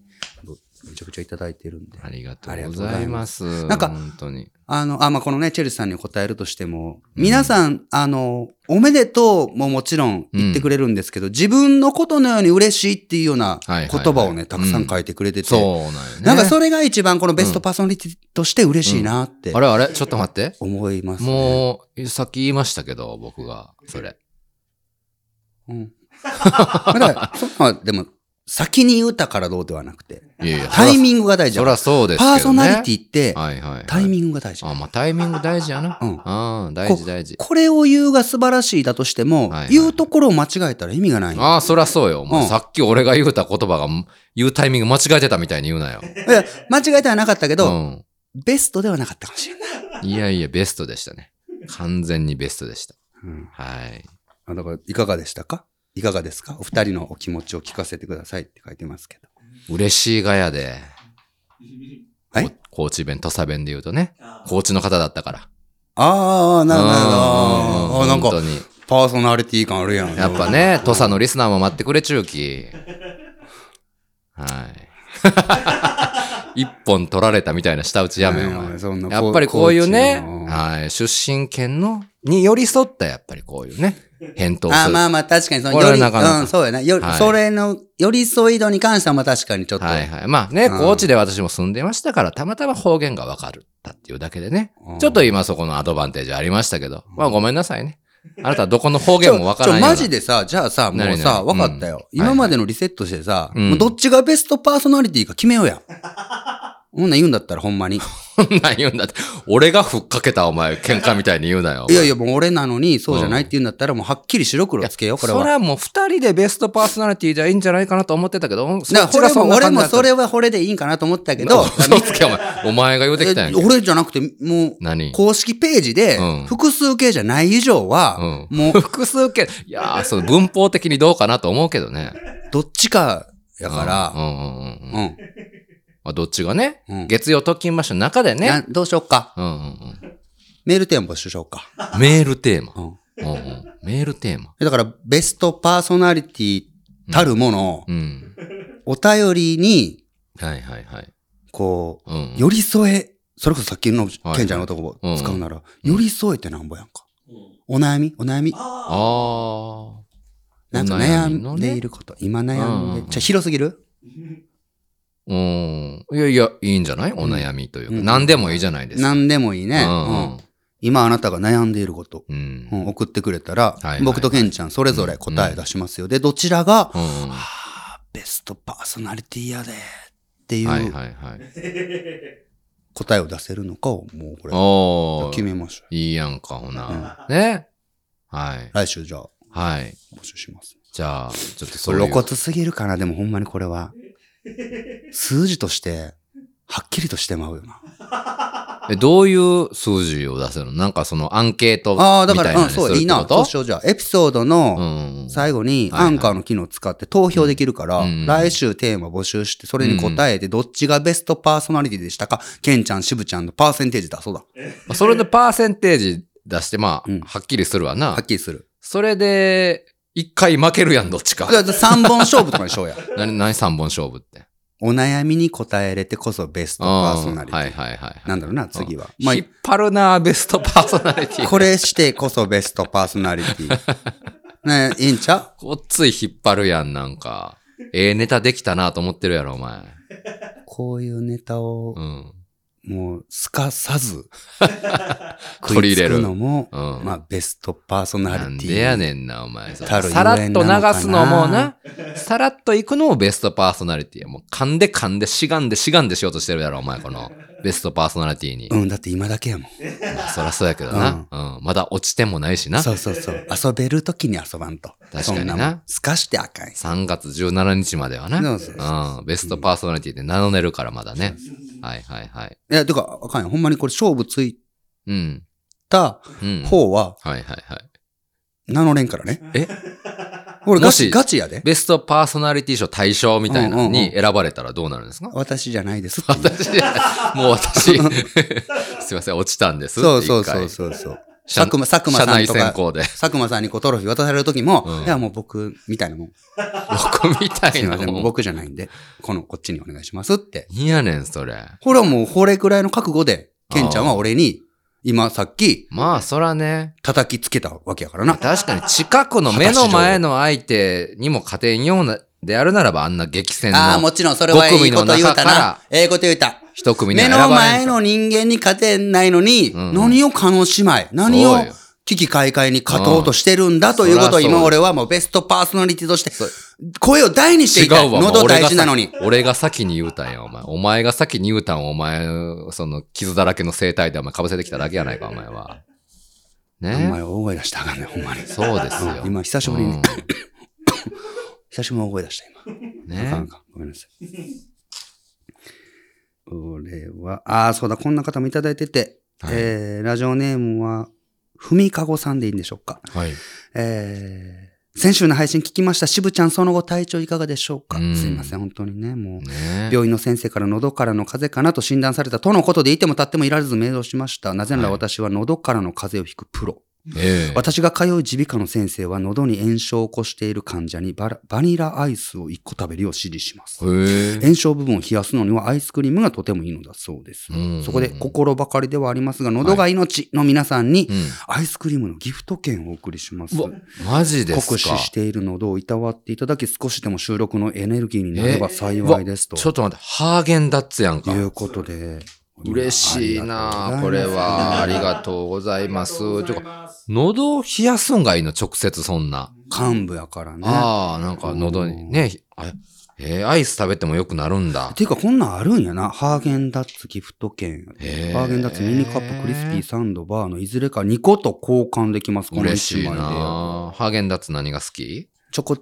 Speaker 1: めちゃくちゃいただいてるんで。
Speaker 2: ありがとうございます。
Speaker 1: なんか
Speaker 2: 本当に。
Speaker 1: あの、あ、まあ、このね、チェルシーさんに答えるとしても、皆さん、あの、おめでとうももちろん言ってくれるんですけど、自分のことのように嬉しいっていうような
Speaker 2: はいはい
Speaker 1: 言
Speaker 2: はい
Speaker 1: 葉をね、たくさん書いてくれてて、
Speaker 2: そうなんよね。
Speaker 1: なんかそれが一番このベストパーソナリティとして嬉しいなって
Speaker 2: あれあれちょっと待って。
Speaker 1: 思います、ね
Speaker 2: もう、さっき言いましたけど、僕が、それ。
Speaker 1: う。ん。まだ、そんなでも、先に言うたからどうではなくて、
Speaker 2: いやいや、
Speaker 1: タイミングが大事
Speaker 2: そ
Speaker 1: だ
Speaker 2: りゃそうですけど
Speaker 1: パ
Speaker 2: ね。
Speaker 1: ーソナリティって、
Speaker 2: はいはいはい。
Speaker 1: タイミングが大事。
Speaker 2: あ、まあタイミング大事やな。
Speaker 1: うん
Speaker 2: ああ、大事大事。
Speaker 1: これを言うが素晴らしいだとしても、
Speaker 2: はいはい
Speaker 1: 言うところを間違えたら意味がない。
Speaker 2: ああ、そりゃそうよ。もう
Speaker 1: うん
Speaker 2: さっき俺が言うた言葉が、言うタイミング間違えてたみたいに言うなよ。
Speaker 1: いや間違えてはなかったけ
Speaker 2: う
Speaker 1: ど、
Speaker 2: ん。
Speaker 1: ベストではなかったかもしれない。
Speaker 2: いやいや、ベストでしたね。完全にベストでした。はい。
Speaker 1: あだから、いかがでしたかいかがですかお二人のお気持ちを聞かせてくださいって書いてますけど。
Speaker 2: 嬉しいがやで。
Speaker 1: はい
Speaker 2: こ高知弁、土佐弁で言うとね。高知の方だったから。
Speaker 1: ああ、なるほどなるほど。あ
Speaker 2: う
Speaker 1: ー
Speaker 2: ん
Speaker 1: なん
Speaker 2: 本当
Speaker 1: か、
Speaker 2: に。
Speaker 1: パーソナリティ感あるやん。
Speaker 2: やっぱね、土佐のリスナーも待ってくれ、中期。はい。 <laughs> 一本取られたみたいな舌打ちやめよ、お前
Speaker 1: うんそんな
Speaker 2: やっぱりこういうね
Speaker 1: コーチの、
Speaker 2: はい、出身県の、に寄り添った、やっぱりこういうね、返答
Speaker 1: あ
Speaker 2: す
Speaker 1: ー
Speaker 2: る。
Speaker 1: まあまあ確かにその、
Speaker 2: これ
Speaker 1: よ
Speaker 2: は
Speaker 1: り、
Speaker 2: なかなか
Speaker 1: うん、そうやな。より
Speaker 2: はい
Speaker 1: それの寄り添い度に関してはまあ確かにちょっと。
Speaker 2: はいはい。まあね、
Speaker 1: うん
Speaker 2: 高知で私も住んでましたから、たまたま方言がわかったっていうだけでね
Speaker 1: うん。
Speaker 2: ちょっと今そこのアドバンテージありましたけど、まあごめんなさいね。あなたはどこの方
Speaker 1: ち
Speaker 2: 言
Speaker 1: ょ
Speaker 2: もわか
Speaker 1: ち
Speaker 2: ら
Speaker 1: ょ
Speaker 2: ないよう
Speaker 1: マ
Speaker 2: な。
Speaker 1: ジでさ、じゃあさ、もう
Speaker 2: 何々
Speaker 1: さ、分かったよ。
Speaker 2: うん
Speaker 1: 今までのリセットしてさ、
Speaker 2: はいはいうん
Speaker 1: もうどっちがベストパーソナリティか決めよう
Speaker 2: <laughs>
Speaker 1: や。ほんなん言うんだったらほんまに。
Speaker 2: そんなん言うんだって。俺がふっかけた、お前、喧嘩みたいに言うなよ。
Speaker 1: いやいや、もう俺なのにそうじゃないって言うんだったら、もうはっきり白黒つけよう、これ
Speaker 2: そ
Speaker 1: は。
Speaker 2: れはもう二人でベストパーソナリティじゃいいんじゃないかなと思ってたけど、
Speaker 1: だから俺も、俺もそ
Speaker 2: れ
Speaker 1: れはこれでいいんかなと思ったけ
Speaker 2: <laughs>
Speaker 1: ど、
Speaker 2: 嘘つけお前。お前が言うてきたんやんけ。
Speaker 1: 俺じゃなくて、もう、
Speaker 2: 何
Speaker 1: 公式ページで
Speaker 2: うん、
Speaker 1: 複数形じゃない以上は、
Speaker 2: う
Speaker 1: もう、
Speaker 2: 複数形。いやー、そう、文法的にどうかなと思うけどね。
Speaker 1: どっちかや
Speaker 2: だ
Speaker 1: か
Speaker 2: うんうんうん <laughs> うん
Speaker 1: ら、うん。
Speaker 2: まあ。どっちがね、
Speaker 1: うん
Speaker 2: 月曜特勤場所の中で
Speaker 1: な
Speaker 2: ね。
Speaker 1: どうしようか。
Speaker 2: うんうん
Speaker 1: メールテン募集しようか。
Speaker 2: うん。メールテーマ。
Speaker 1: うん
Speaker 2: うんうん、メールテーマ。
Speaker 1: だから、ベストパーソナリティたるものを、
Speaker 2: うん。
Speaker 1: お便りに、
Speaker 2: はいはいはい。
Speaker 1: こ
Speaker 2: うんうん
Speaker 1: う、寄り添え、それこそさっきの
Speaker 2: はい
Speaker 1: 賢者の男
Speaker 2: うん
Speaker 1: 使うなら、寄り添えってなんぼやんか。お悩みお悩み
Speaker 2: <laughs> あ
Speaker 1: なんか
Speaker 2: お
Speaker 1: 悩
Speaker 2: 悩みの
Speaker 1: ん
Speaker 2: ね
Speaker 1: でいること。今悩ん
Speaker 2: う
Speaker 1: で。
Speaker 2: ん
Speaker 1: じゃあ広すぎる
Speaker 2: ー。うん。いやいや、いいんじゃないお悩みというか、
Speaker 1: うん
Speaker 2: 何でもいいじゃないですか。
Speaker 1: 何でもいいね。うん
Speaker 2: う
Speaker 1: 今あなたが悩んでいること。
Speaker 2: ん。うん。
Speaker 1: うん送ってくれたら
Speaker 2: いはいは、い
Speaker 1: 僕とケンちゃんそれぞれ答え出しますよ。で、どちらが、
Speaker 2: うん。
Speaker 1: あ
Speaker 2: は
Speaker 1: ーベストパーソナリティやで、って
Speaker 2: い
Speaker 1: い
Speaker 2: はいうはい。
Speaker 1: 答えを出せるのかを、もうこれ、
Speaker 2: お
Speaker 1: 決
Speaker 2: ー。
Speaker 1: めましょう。
Speaker 2: いいやんか、ほな。ね。はい。
Speaker 1: 来週じゃあ、
Speaker 2: はい。
Speaker 1: 募集します。
Speaker 2: じゃあ、ちょっとそういう
Speaker 1: 露骨すぎるかな、でもほんまにこれは。数字として、はっきりとしてまうよな。
Speaker 2: え、どういう数字を出せるのなんかそのアンケートみ
Speaker 1: ああ、だか
Speaker 2: たい
Speaker 1: ら、う
Speaker 2: なの
Speaker 1: ん、
Speaker 2: に
Speaker 1: そう、
Speaker 2: する
Speaker 1: いい
Speaker 2: って
Speaker 1: な。
Speaker 2: こ
Speaker 1: そう
Speaker 2: と
Speaker 1: しよう、じゃあ、エピソードの、
Speaker 2: うん。
Speaker 1: 最後に
Speaker 2: はいは
Speaker 1: ア
Speaker 2: い
Speaker 1: ンカーの機能使って投票できるから、
Speaker 2: うん
Speaker 1: 来週テーマ募集して、それに答えて、どっちがベストパーソナリティでしたか、ケンちゃん、しぶちゃんのパーセンテージだ、そうだ。
Speaker 2: まあそれでパーセンテージ出して、まあ、
Speaker 1: うん
Speaker 2: はっきりするわ
Speaker 1: は
Speaker 2: な
Speaker 1: っ。きりする。
Speaker 2: それで、一回負けるやん、どっ
Speaker 1: <laughs>
Speaker 2: ちか
Speaker 1: だ。から3本勝負とかにしよう
Speaker 2: <laughs>
Speaker 1: や。
Speaker 2: なに、何三本勝負って。
Speaker 1: お悩みに答えれてこそベストパーソナリティ。
Speaker 2: はいはいはいはい。
Speaker 1: なんだろうな、次は。
Speaker 2: ま
Speaker 1: ま
Speaker 2: あ、
Speaker 1: あ
Speaker 2: 引っ張るな、ベストパーソナリティ。 <laughs>
Speaker 1: これしてこそベストパーソナリティ。ねいいんちゃ
Speaker 2: こっつい引っ張るやん、なんか。ええネタできたなと思ってるやろ、お前。
Speaker 1: うこういうネタを
Speaker 2: う、ん。
Speaker 1: もう、すかさず、
Speaker 2: <laughs> 取り入れる
Speaker 1: 食いつくのも、
Speaker 2: うん
Speaker 1: まあ、ベストパーソナ
Speaker 2: なん
Speaker 1: リティ。
Speaker 2: でやねんな、お前。
Speaker 1: たるゆえん
Speaker 2: さらっと
Speaker 1: なのかな
Speaker 2: 流すのもな、さらっと行くのもベストパーソナリティや。もう噛んで噛んで、しがんでしがんでしようとしてるやろ、お前、
Speaker 1: <laughs>
Speaker 2: このベストパーソナリティに。
Speaker 1: うん、だって今だけやもん。
Speaker 2: まあそらそうやけどな、うん。まだ落ちてもないしな。
Speaker 1: そうそうそう。遊べるときに遊ばんと。
Speaker 2: かにな
Speaker 1: そんもん。すかしてあかん。
Speaker 2: 3月17日まではな。
Speaker 1: そうそうそう
Speaker 2: うん。ベストパーソナリティで名乗れるから、まだね。はいはいはい。
Speaker 1: いや、てか、あかんよ。ほんまにこれ勝負つい
Speaker 2: うん。
Speaker 1: た
Speaker 2: うん。
Speaker 1: 方は、
Speaker 2: はいはいはい。
Speaker 1: 名乗れんからね。
Speaker 2: え
Speaker 1: 俺
Speaker 2: も
Speaker 1: ガ
Speaker 2: し
Speaker 1: チ、ガチやで。
Speaker 2: ベストパーソナリティ賞対象みたいなの
Speaker 1: うんうんう
Speaker 2: に
Speaker 1: ん
Speaker 2: 選ばれたらどうなるんですか
Speaker 1: 私じゃないですっていう。
Speaker 2: 私、もう私、すいません、落ちたんです。
Speaker 1: そうそうそ
Speaker 2: 一
Speaker 1: う
Speaker 2: 回。
Speaker 1: そうそう。
Speaker 2: 社
Speaker 1: 佐久間、佐久間
Speaker 2: 社
Speaker 1: さん
Speaker 2: 内
Speaker 1: と
Speaker 2: 選
Speaker 1: か、
Speaker 2: 考で。
Speaker 1: 佐久間さんにこうトロフィー渡されるときも、
Speaker 2: うん
Speaker 1: いやもう僕みたいな
Speaker 2: <laughs>
Speaker 1: もん。
Speaker 2: 僕みた
Speaker 1: す
Speaker 2: い
Speaker 1: い
Speaker 2: な
Speaker 1: ません、もう
Speaker 2: もん。
Speaker 1: 僕じゃないんで、この、こっちにお願いしますって。
Speaker 2: いやねん、それ。
Speaker 1: ほらもう、これくらいの覚悟で、ケンちゃんは俺に、今さっき、
Speaker 2: まあ、そらね。
Speaker 1: 叩きつけたわけやからな。
Speaker 2: 確かに近くの目の前の相手にも勝てんような、であるならば、あんな激戦
Speaker 1: ああ、も
Speaker 2: の
Speaker 1: ちろん、それは
Speaker 2: 五
Speaker 1: い
Speaker 2: 組
Speaker 1: い
Speaker 2: の
Speaker 1: こと言うた
Speaker 2: 中から
Speaker 1: な。ええこと言うた。
Speaker 2: 一組には
Speaker 1: 目
Speaker 2: 選ばれ
Speaker 1: の
Speaker 2: ん
Speaker 1: 前の人間に勝てないのに、
Speaker 2: うん
Speaker 1: 何を可能姉妹、何
Speaker 2: そう
Speaker 1: を
Speaker 2: よ
Speaker 1: 危機開会に勝とうとしてるんだということを
Speaker 2: うんそらそうよ
Speaker 1: 今俺はもうベストパーソナリティとして
Speaker 2: そう、
Speaker 1: 声を大にして
Speaker 2: 違
Speaker 1: いたい。
Speaker 2: うわ、
Speaker 1: 喉
Speaker 2: 俺
Speaker 1: 大
Speaker 2: が
Speaker 1: 事なのに。
Speaker 2: 先俺が先に言うたんや、お前。お前が先に言うたん、お前、その、傷だらけの生態でお前、かぶせてきただけやないか、お前は。
Speaker 1: お
Speaker 2: ね
Speaker 1: 前大声出したらあかんねほんまに。
Speaker 2: そうですよ。
Speaker 1: 今久しぶりに
Speaker 2: うん
Speaker 1: 久しぶりに大声出した今。あかん
Speaker 2: ね
Speaker 1: あかんごめんなさい。俺は、ああ、そうだ、こんな方もいただいてて、
Speaker 2: はい
Speaker 1: えーラジオネームは、ふみかごさんでいいんでしょうか。
Speaker 2: はい。
Speaker 1: えー先週の配信聞きました。渋ちゃん、その後体調いかがでしょうか
Speaker 2: うん
Speaker 1: すいません、本当にね、もう。
Speaker 2: ね
Speaker 1: 病院の先生から喉からの風邪かなと診断されたとのことでいても立ってもいられずメールをしました。なぜなら
Speaker 2: はい
Speaker 1: 私は喉からの風邪をひくプロ。
Speaker 2: ええ
Speaker 1: 私が通う耳鼻科の先生は喉に炎症を起こしている患者にバラバニラアイスを1個食べるよう指示します。
Speaker 2: へえ。
Speaker 1: 炎症部分を冷やすのにはアイスクリームがとてもいいのだそうです
Speaker 2: うんうんうん。
Speaker 1: そこで心ばかりではありますが、喉が命の皆さんに
Speaker 2: うん。
Speaker 1: アイスクリームのギフト券をお送りします。
Speaker 2: うわ、マジですか。
Speaker 1: 酷使している喉をいたわっていただき、少しでも収録のエネルギーになれば幸いですと。
Speaker 2: ちょっと待って、ハーゲンダッツやんか
Speaker 1: い。うことで。
Speaker 2: 嬉しいなあこれは。ありがとうございます。ちょ
Speaker 3: ます。
Speaker 2: 喉を冷やすんがいいの、直接そんな。
Speaker 1: 幹部やからね。
Speaker 2: ああ、なんか喉にね、あえーアイス食べてもよくなるんだ。
Speaker 1: ていうか、こんなんあるんやな。ハーゲンダッツギフト券。
Speaker 2: へえ
Speaker 1: ハーゲンダッツミニカップクリスピーサンドバーのいずれか2個と交換できます。この
Speaker 2: 嬉し
Speaker 1: 1
Speaker 2: い
Speaker 1: 枚で。
Speaker 2: なハーゲンダッツ何が好き
Speaker 1: チョコ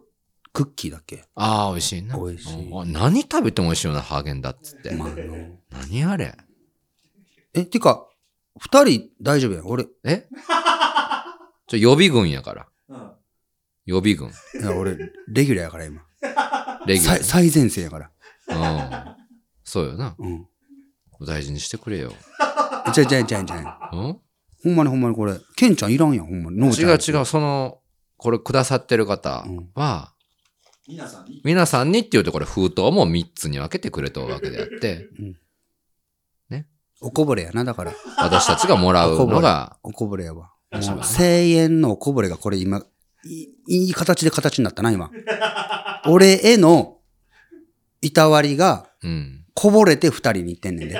Speaker 1: クッキーだっけ。
Speaker 2: ああ、美味しいな。
Speaker 1: 美味しい
Speaker 2: うんあ何食べても美味しいよな、ハーゲンダッツって。
Speaker 1: まあ、あの。
Speaker 2: 何あれ
Speaker 1: え、てか、2人大丈夫やん。俺、い
Speaker 2: えちょ、予備軍やから。
Speaker 3: うん
Speaker 2: 予備軍。
Speaker 1: や俺、レギュラーやから今。
Speaker 2: レギュラ
Speaker 1: 最最前線やから。
Speaker 2: ー。うん。そうよな。
Speaker 1: うん。
Speaker 2: お大事にしてくれよ。
Speaker 1: じゃあじゃあじゃあじゃあ。
Speaker 2: うん
Speaker 1: ほんまにほんまにこれ。ケンちゃんいらんやん、ほんまに。ノブち
Speaker 2: 違
Speaker 1: ゃ
Speaker 2: うん違う、その、これくださってる方は、
Speaker 3: 皆さんに。
Speaker 2: 皆さんにっていうとこれ封筒も3つに分けてくれたわけで
Speaker 1: <laughs>
Speaker 2: あって、
Speaker 1: おこぼれやな、だから。
Speaker 2: 私たちがもらうのが、
Speaker 1: おこぼれやわ。
Speaker 2: そうだ
Speaker 1: もう
Speaker 2: ね
Speaker 1: 声援のおこぼれがこれ今、いいい形で形になったな、今。 <laughs> 俺への、いたわりが、
Speaker 2: うん。
Speaker 1: こぼれて二人に言ってんねん
Speaker 2: <laughs>
Speaker 1: で。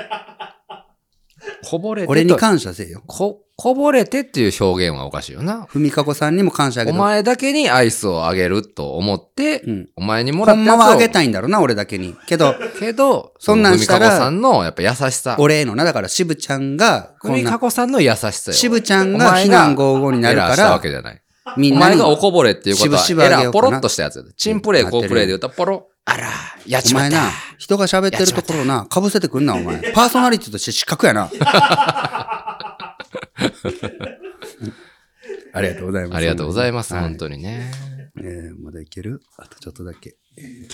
Speaker 2: こぼれてと
Speaker 1: 俺に感謝せえよ。
Speaker 2: こ、こぼれてっていう表現はおかしいよな。
Speaker 1: ふみかこさんにも感謝あげ
Speaker 2: お
Speaker 1: て。
Speaker 2: 前だけにアイスをあげると思って、
Speaker 1: うん。
Speaker 2: お前にもら
Speaker 1: ほん
Speaker 2: ったやつを
Speaker 1: まはあげたいんだろうな、俺だけに。け
Speaker 2: <laughs>
Speaker 1: ど、
Speaker 2: けど、
Speaker 1: そんなんしたら
Speaker 2: ふみかこさんのやっぱ優しさ。
Speaker 1: 俺へのな、だから渋ちゃんが、
Speaker 2: ふ
Speaker 1: こん
Speaker 2: み
Speaker 1: な
Speaker 2: か、こさんの優しさよ。
Speaker 1: 渋ちゃん
Speaker 2: お
Speaker 1: が
Speaker 2: 前
Speaker 1: 非
Speaker 2: が
Speaker 1: 難合々にな
Speaker 2: エ
Speaker 1: る
Speaker 2: ラー
Speaker 1: か
Speaker 2: したわ
Speaker 1: ら
Speaker 2: け、じゃない。
Speaker 1: み
Speaker 2: お
Speaker 1: んな
Speaker 2: 前
Speaker 1: に、
Speaker 2: がお
Speaker 1: お
Speaker 2: こぼれっていうことは、
Speaker 1: しぶしぶあ
Speaker 2: エ
Speaker 1: げようかな
Speaker 2: ラーポロッとしたやつやで。チンプレー、コープレーで言うとポロ、あら、やっちまっ
Speaker 1: 前
Speaker 2: た。
Speaker 1: な、人が喋ってるところな、かぶせてくんな、お前。パーソナリティとして失格や
Speaker 2: <laughs>
Speaker 1: な。ありがとうございます。
Speaker 2: ありがとうございます、
Speaker 1: はい
Speaker 2: 本当にね。
Speaker 1: えーまだいけるあとちょっとだけ。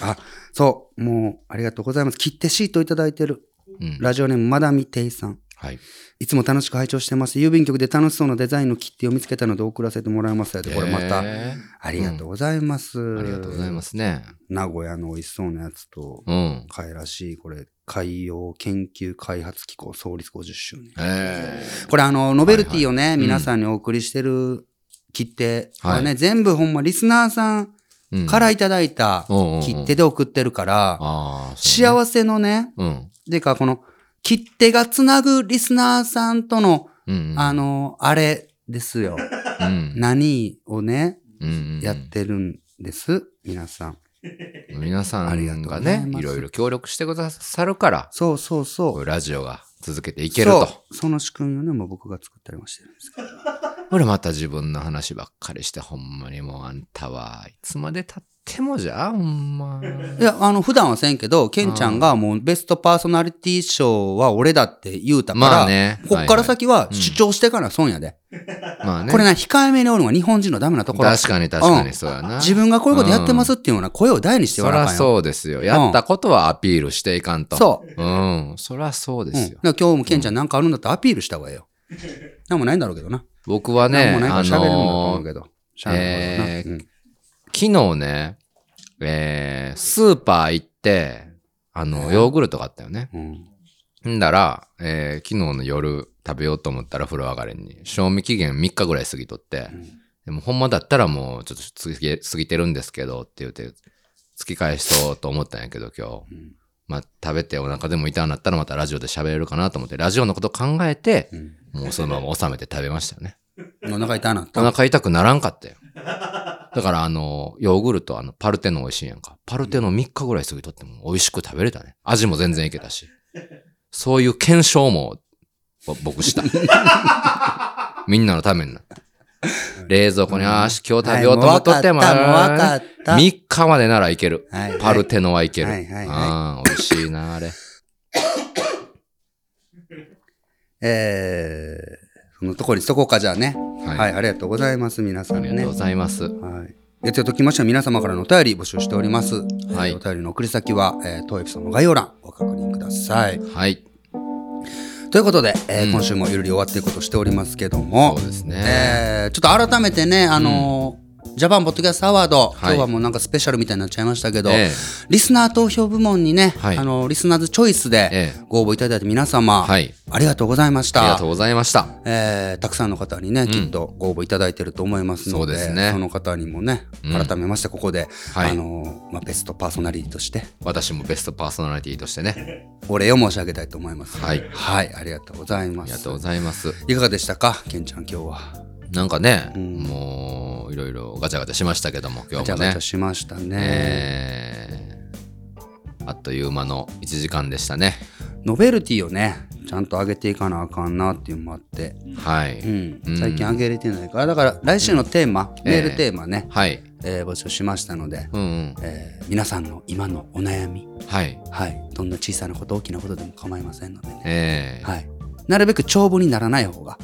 Speaker 1: あ、そう、もう、ありがとうございます。切手シートいただいてる。
Speaker 2: うん。
Speaker 1: ラジオネーム、まだみていさん。
Speaker 2: はい。
Speaker 1: いつも楽しく拝聴してます。郵便局で楽しそうなデザインの切手を見つけたので送らせてもらいましたよ。これまた、
Speaker 2: え
Speaker 1: ありがとうございます、。
Speaker 2: ーありがとうございますすね。
Speaker 1: 名古屋の美味しそうなやつと、
Speaker 2: うん。
Speaker 1: かいらしい、これ、海洋研究開発機構創立50周年。
Speaker 2: え
Speaker 1: これ、あの、ノベルティをね、皆さんにお送りしてる切手はね、
Speaker 2: は
Speaker 1: 全部ほんまリスナーさん
Speaker 2: うん
Speaker 1: からいただいた
Speaker 2: うんうんうん
Speaker 1: 切手で送ってるから、
Speaker 2: ああ、そうね
Speaker 1: 幸せのね、
Speaker 2: うん。
Speaker 1: でかこの切手がつなぐリスナーさんとの、
Speaker 2: うんうん。
Speaker 1: あの、あれです
Speaker 2: <laughs>
Speaker 1: よ。
Speaker 2: うん
Speaker 1: 何をね、
Speaker 2: うんうん
Speaker 1: やってるんです、皆さん。
Speaker 2: 皆さ
Speaker 1: ありがと
Speaker 2: ん
Speaker 1: うご
Speaker 2: が
Speaker 1: ざい
Speaker 2: ね
Speaker 1: ま、す
Speaker 2: いろいろ協力してくださるから、
Speaker 1: そうそうそう。
Speaker 2: こういうラジオが続けていけると
Speaker 1: そ。うその仕組みをね、もう僕が作ったりもしてるんですけど。
Speaker 2: ほら、また自分の話ばっかりして、ほんまにもうあんたはいつまで経ってもじゃあ、ほんま。
Speaker 1: いや、あの、普段はせんけど、ケンちゃんがもうベストパーソナリティ賞は俺だって言うたから、
Speaker 2: まあね。
Speaker 1: こっから
Speaker 2: はい
Speaker 1: 先は主張してから損やで。
Speaker 2: はい、まあね。
Speaker 1: これな、控えめにおるのが日本人のダメなところ。
Speaker 2: 確かに確かにそうやな。
Speaker 1: 自分がこういうことやってますっていうような声を大にして
Speaker 2: そ
Speaker 1: 言わなあ
Speaker 2: ら
Speaker 1: かんよ。
Speaker 2: そうですよ。やったことはアピールしていかんと。
Speaker 1: そう。
Speaker 2: う。うん。そらそうで
Speaker 1: うん、
Speaker 2: す
Speaker 1: だ
Speaker 2: よ。
Speaker 1: から今日もケンちゃんなんかあるんだったらアピールした方がいいよ。なんもないんだろうけどな。
Speaker 2: 僕は
Speaker 1: なん
Speaker 2: ね
Speaker 1: も、ないから
Speaker 2: あ
Speaker 1: 喋れるんだと思
Speaker 2: の
Speaker 1: う
Speaker 2: ー
Speaker 1: けど。しゃあないからな
Speaker 2: 昨日ね、えー、スーパー行って、あの、ヨーグルトがあったよね。
Speaker 1: うんうん
Speaker 2: んだら、えー昨日の夜食べようと思ったら風呂上がりに、賞味期限3日ぐらい過ぎとって、でもほんまだったらもうちょっと過ぎ過ぎてるんですけどって言って、突き返そうと思ったんやけど今日。
Speaker 1: うん
Speaker 2: まあ食べてお腹でも痛くなったらまたラジオで喋れるかなと思って、ラジオのこと考えて、もうそのまま収めて食べましたよね。
Speaker 1: うんお腹痛いなっ
Speaker 2: お
Speaker 1: た。
Speaker 2: 腹痛くならんかったよ。だからあの、ヨーグルト、あの、パルテノ美味しいやんか。パルテノ3日ぐらい過ぎとっても美味しく食べれたね。味も全然いけたし。そういう検証も、ぼ僕した。みんなのためになった。冷蔵庫に、ああ、今日食べようと思っとっても、
Speaker 1: はいもう分かったもう分かった
Speaker 2: 3日までならいける。
Speaker 1: はいはい
Speaker 2: パルテノはいける。
Speaker 1: はいはいはい
Speaker 2: ああ、美味しいな、あれ。
Speaker 1: えー、そのところにしとこうか、じゃあね。は、
Speaker 2: はいい
Speaker 1: ありがとうございます、皆さ
Speaker 2: あ
Speaker 1: ん
Speaker 2: り
Speaker 1: ね。
Speaker 2: がとうございます。
Speaker 1: はい。えときましては皆様からのお便り募集しております。は。
Speaker 2: はいい
Speaker 1: お便りの送り先は、えー、当エピソードの概要欄ご確認ください。
Speaker 2: はい。
Speaker 1: ということで、えー
Speaker 2: うん
Speaker 1: 今週もゆるり終わっていくことしておりますけど
Speaker 2: そ
Speaker 1: も
Speaker 2: う、ですね。
Speaker 1: えー、ちょっと改めてね、あのージャパンポッドキャストアワード、今
Speaker 2: はい
Speaker 1: 日はもうなんかスペシャルみたいになっちゃいましたけど、
Speaker 2: ええ
Speaker 1: リスナー投票部門にね、
Speaker 2: はい
Speaker 1: あのーリスナーズチョイスで
Speaker 2: ええ
Speaker 1: ご応募いただいた皆様、
Speaker 2: はい
Speaker 1: ありがとうございました。
Speaker 2: ありがとうございました。
Speaker 1: えーたくさんの方にね、きっとご応募いただいてると思いますので、
Speaker 2: そうですね
Speaker 1: の方にもね、
Speaker 2: うん
Speaker 1: 改めましてここで、
Speaker 2: はい
Speaker 1: あのーまあ、ベストパーソナリティとして、
Speaker 2: 私もベストパーソナリティとしてね。
Speaker 1: お礼を申し上げたいと思います。
Speaker 2: はい
Speaker 1: はい、ありがとうございま
Speaker 2: あり
Speaker 1: す。
Speaker 2: がとうございます。
Speaker 1: いかがでしたか、ケンちゃん、今日は。
Speaker 2: なんかね、もういろいろガチャガチャしましたけども、
Speaker 1: ガ
Speaker 2: 今日
Speaker 1: チャ
Speaker 2: も
Speaker 1: ガ
Speaker 2: ね
Speaker 1: チャ。しましたね。
Speaker 2: えーあっという間の1時間でしたね。
Speaker 1: ノベルティをね、ちゃんと上げていかなあかんなっていうのもあって、
Speaker 2: はい。
Speaker 1: うん
Speaker 2: うん
Speaker 1: 最近上げれてないから、だから来週のテーマ、メールテーマね、
Speaker 2: はい。
Speaker 1: えー募集しましたので、
Speaker 2: うんうん。
Speaker 1: えー皆さんの今のお悩み、
Speaker 2: はい。
Speaker 1: はい、どんな小さなこと大きなことでも構いませんのでね、
Speaker 2: えー
Speaker 1: はい、なるべく長文にならない方が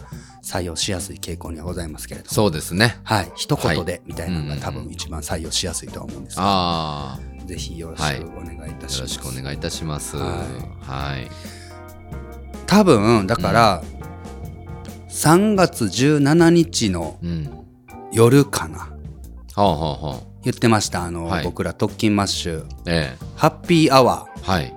Speaker 1: 採用しやすい傾向にはございますけれども、
Speaker 2: そうですね。
Speaker 1: はい、一言でみたいなの
Speaker 2: う
Speaker 1: が
Speaker 2: ん
Speaker 1: 多分一番採用しやすいとは思うんですが、
Speaker 2: あ
Speaker 1: ぜひよろし
Speaker 2: はい
Speaker 1: くお願いいた
Speaker 2: あ、
Speaker 1: しま
Speaker 2: よ
Speaker 1: す。
Speaker 2: ろしくお願いいたします。
Speaker 1: は
Speaker 2: はい。
Speaker 1: 多分だから、3月17日の
Speaker 2: うん。
Speaker 1: 夜かな
Speaker 2: ほうほうほう。
Speaker 1: 言ってましたあの、
Speaker 2: はい
Speaker 1: 僕ら特勤マッシュ
Speaker 2: え
Speaker 1: ハッピーアワー
Speaker 2: えはい。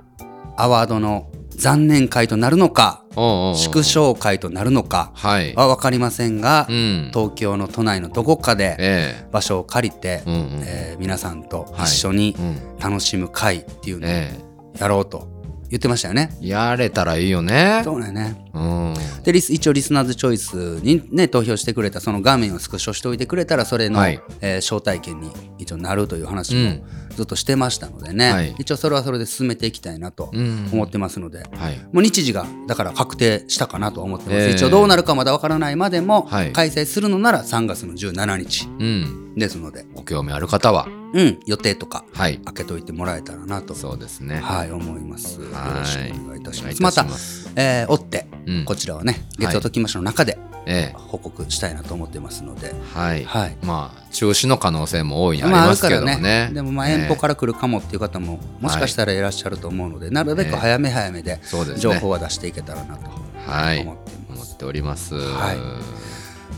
Speaker 1: アワードの残念会となるのか
Speaker 2: おうおうおう
Speaker 1: 縮。小会となるのか
Speaker 2: はい。
Speaker 1: は分かりませんが、
Speaker 2: うん。
Speaker 1: 東京の都内のどこかで
Speaker 2: え
Speaker 1: 場所を借りて、
Speaker 2: えうんうん。
Speaker 1: えー皆さんと一緒に
Speaker 2: うん。
Speaker 1: 楽しむ会っていうのを
Speaker 2: え
Speaker 1: やろうと言ってましたよね。
Speaker 2: えやれたらいいよね。
Speaker 1: そうだよね。
Speaker 2: うん。
Speaker 1: でリス一応リスナーズチョイスにね投票してくれたその画面をスクショしておいてくれたらそれの、
Speaker 2: はい
Speaker 1: えー招待券に一応なるという話
Speaker 2: う
Speaker 1: も
Speaker 2: ん
Speaker 1: ずっとしてましたのでね、
Speaker 2: はい
Speaker 1: 一応それはそれで進めていきたいなと
Speaker 2: うん
Speaker 1: 思ってますので、
Speaker 2: はい。
Speaker 1: もう日時がだから確定したかなとは思ってます、
Speaker 2: ええ
Speaker 1: 一応どうなるかまだわからないまでも、
Speaker 2: はい
Speaker 1: 開催するのなら3月の17日
Speaker 2: うん。
Speaker 1: ですので、
Speaker 2: ご興味ある方は、
Speaker 1: うん、予定とか
Speaker 2: はい。
Speaker 1: 開けといてもらえたらなと
Speaker 2: そうですね。
Speaker 1: はい、思います。よ
Speaker 2: はい
Speaker 1: ろしくお願いいたします。
Speaker 2: お願
Speaker 1: ま
Speaker 2: いいた
Speaker 1: た
Speaker 2: しま、
Speaker 1: えー、追って、
Speaker 2: うん
Speaker 1: こちらはね、
Speaker 2: はい
Speaker 1: 月曜ときましの中で
Speaker 2: ええ。
Speaker 1: 報告したいなと思ってますので、
Speaker 2: はい。
Speaker 1: はい
Speaker 2: まあ、中止の可能性も大いにありますけどもね。
Speaker 1: でもまあ遠方
Speaker 2: ら。
Speaker 1: から来るかもっていう方も、もしかしたらいらっしゃると思うので、なるべく早め早めで
Speaker 2: そうですね
Speaker 1: 情報は出していけたらなと
Speaker 2: はい。
Speaker 1: 思っ
Speaker 2: 思
Speaker 1: てます。
Speaker 2: っております。
Speaker 1: はい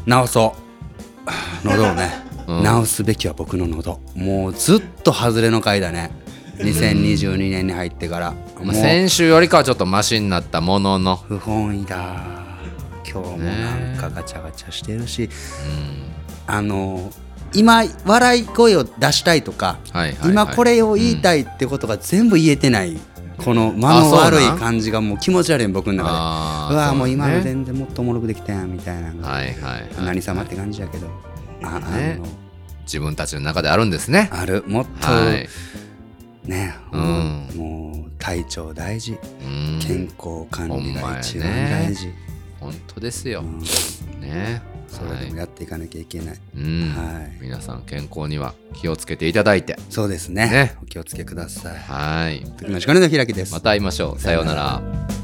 Speaker 1: 直そう。喉をね、
Speaker 2: <laughs> うん
Speaker 1: 直すべきは僕の喉。もうずっと外れの回だね。2022年に入ってから。も
Speaker 2: ま
Speaker 1: う
Speaker 2: あ、先週よりかはちょっとマシになったものの、
Speaker 1: 不本意だ今日もなんかガチャガチャしてるし、あの今笑い声を出したいとか、
Speaker 2: はいはいはい
Speaker 1: 今これを言いたいってことが全部言えてない、この間の悪い感じがもう気持ち悪いの僕の中で
Speaker 2: あー
Speaker 1: うわーもう今
Speaker 2: そ
Speaker 1: の
Speaker 2: うね
Speaker 1: 全然もっとおもろくできたやんみたいなのが、
Speaker 2: はいはいはい
Speaker 1: 何様って感じやけど、あ
Speaker 2: ね自分たちの中であるんですね
Speaker 1: あのあるもっと、
Speaker 2: はい
Speaker 1: ね、
Speaker 2: うん
Speaker 1: もう体調大事
Speaker 2: うん
Speaker 1: 健康管理
Speaker 2: ほんまや
Speaker 1: が
Speaker 2: ね
Speaker 1: 一番大事、
Speaker 2: 本当ですよ
Speaker 1: うん
Speaker 2: ね
Speaker 1: それ
Speaker 2: は
Speaker 1: で
Speaker 2: い
Speaker 1: もやっていかなきゃいけない、
Speaker 2: うん
Speaker 1: はい
Speaker 2: 皆さん健康には気をつけていただいて
Speaker 1: そうですね
Speaker 2: ね
Speaker 1: お気をつけください
Speaker 2: はい
Speaker 1: 時の光の開きです
Speaker 2: また会いましょうさようなら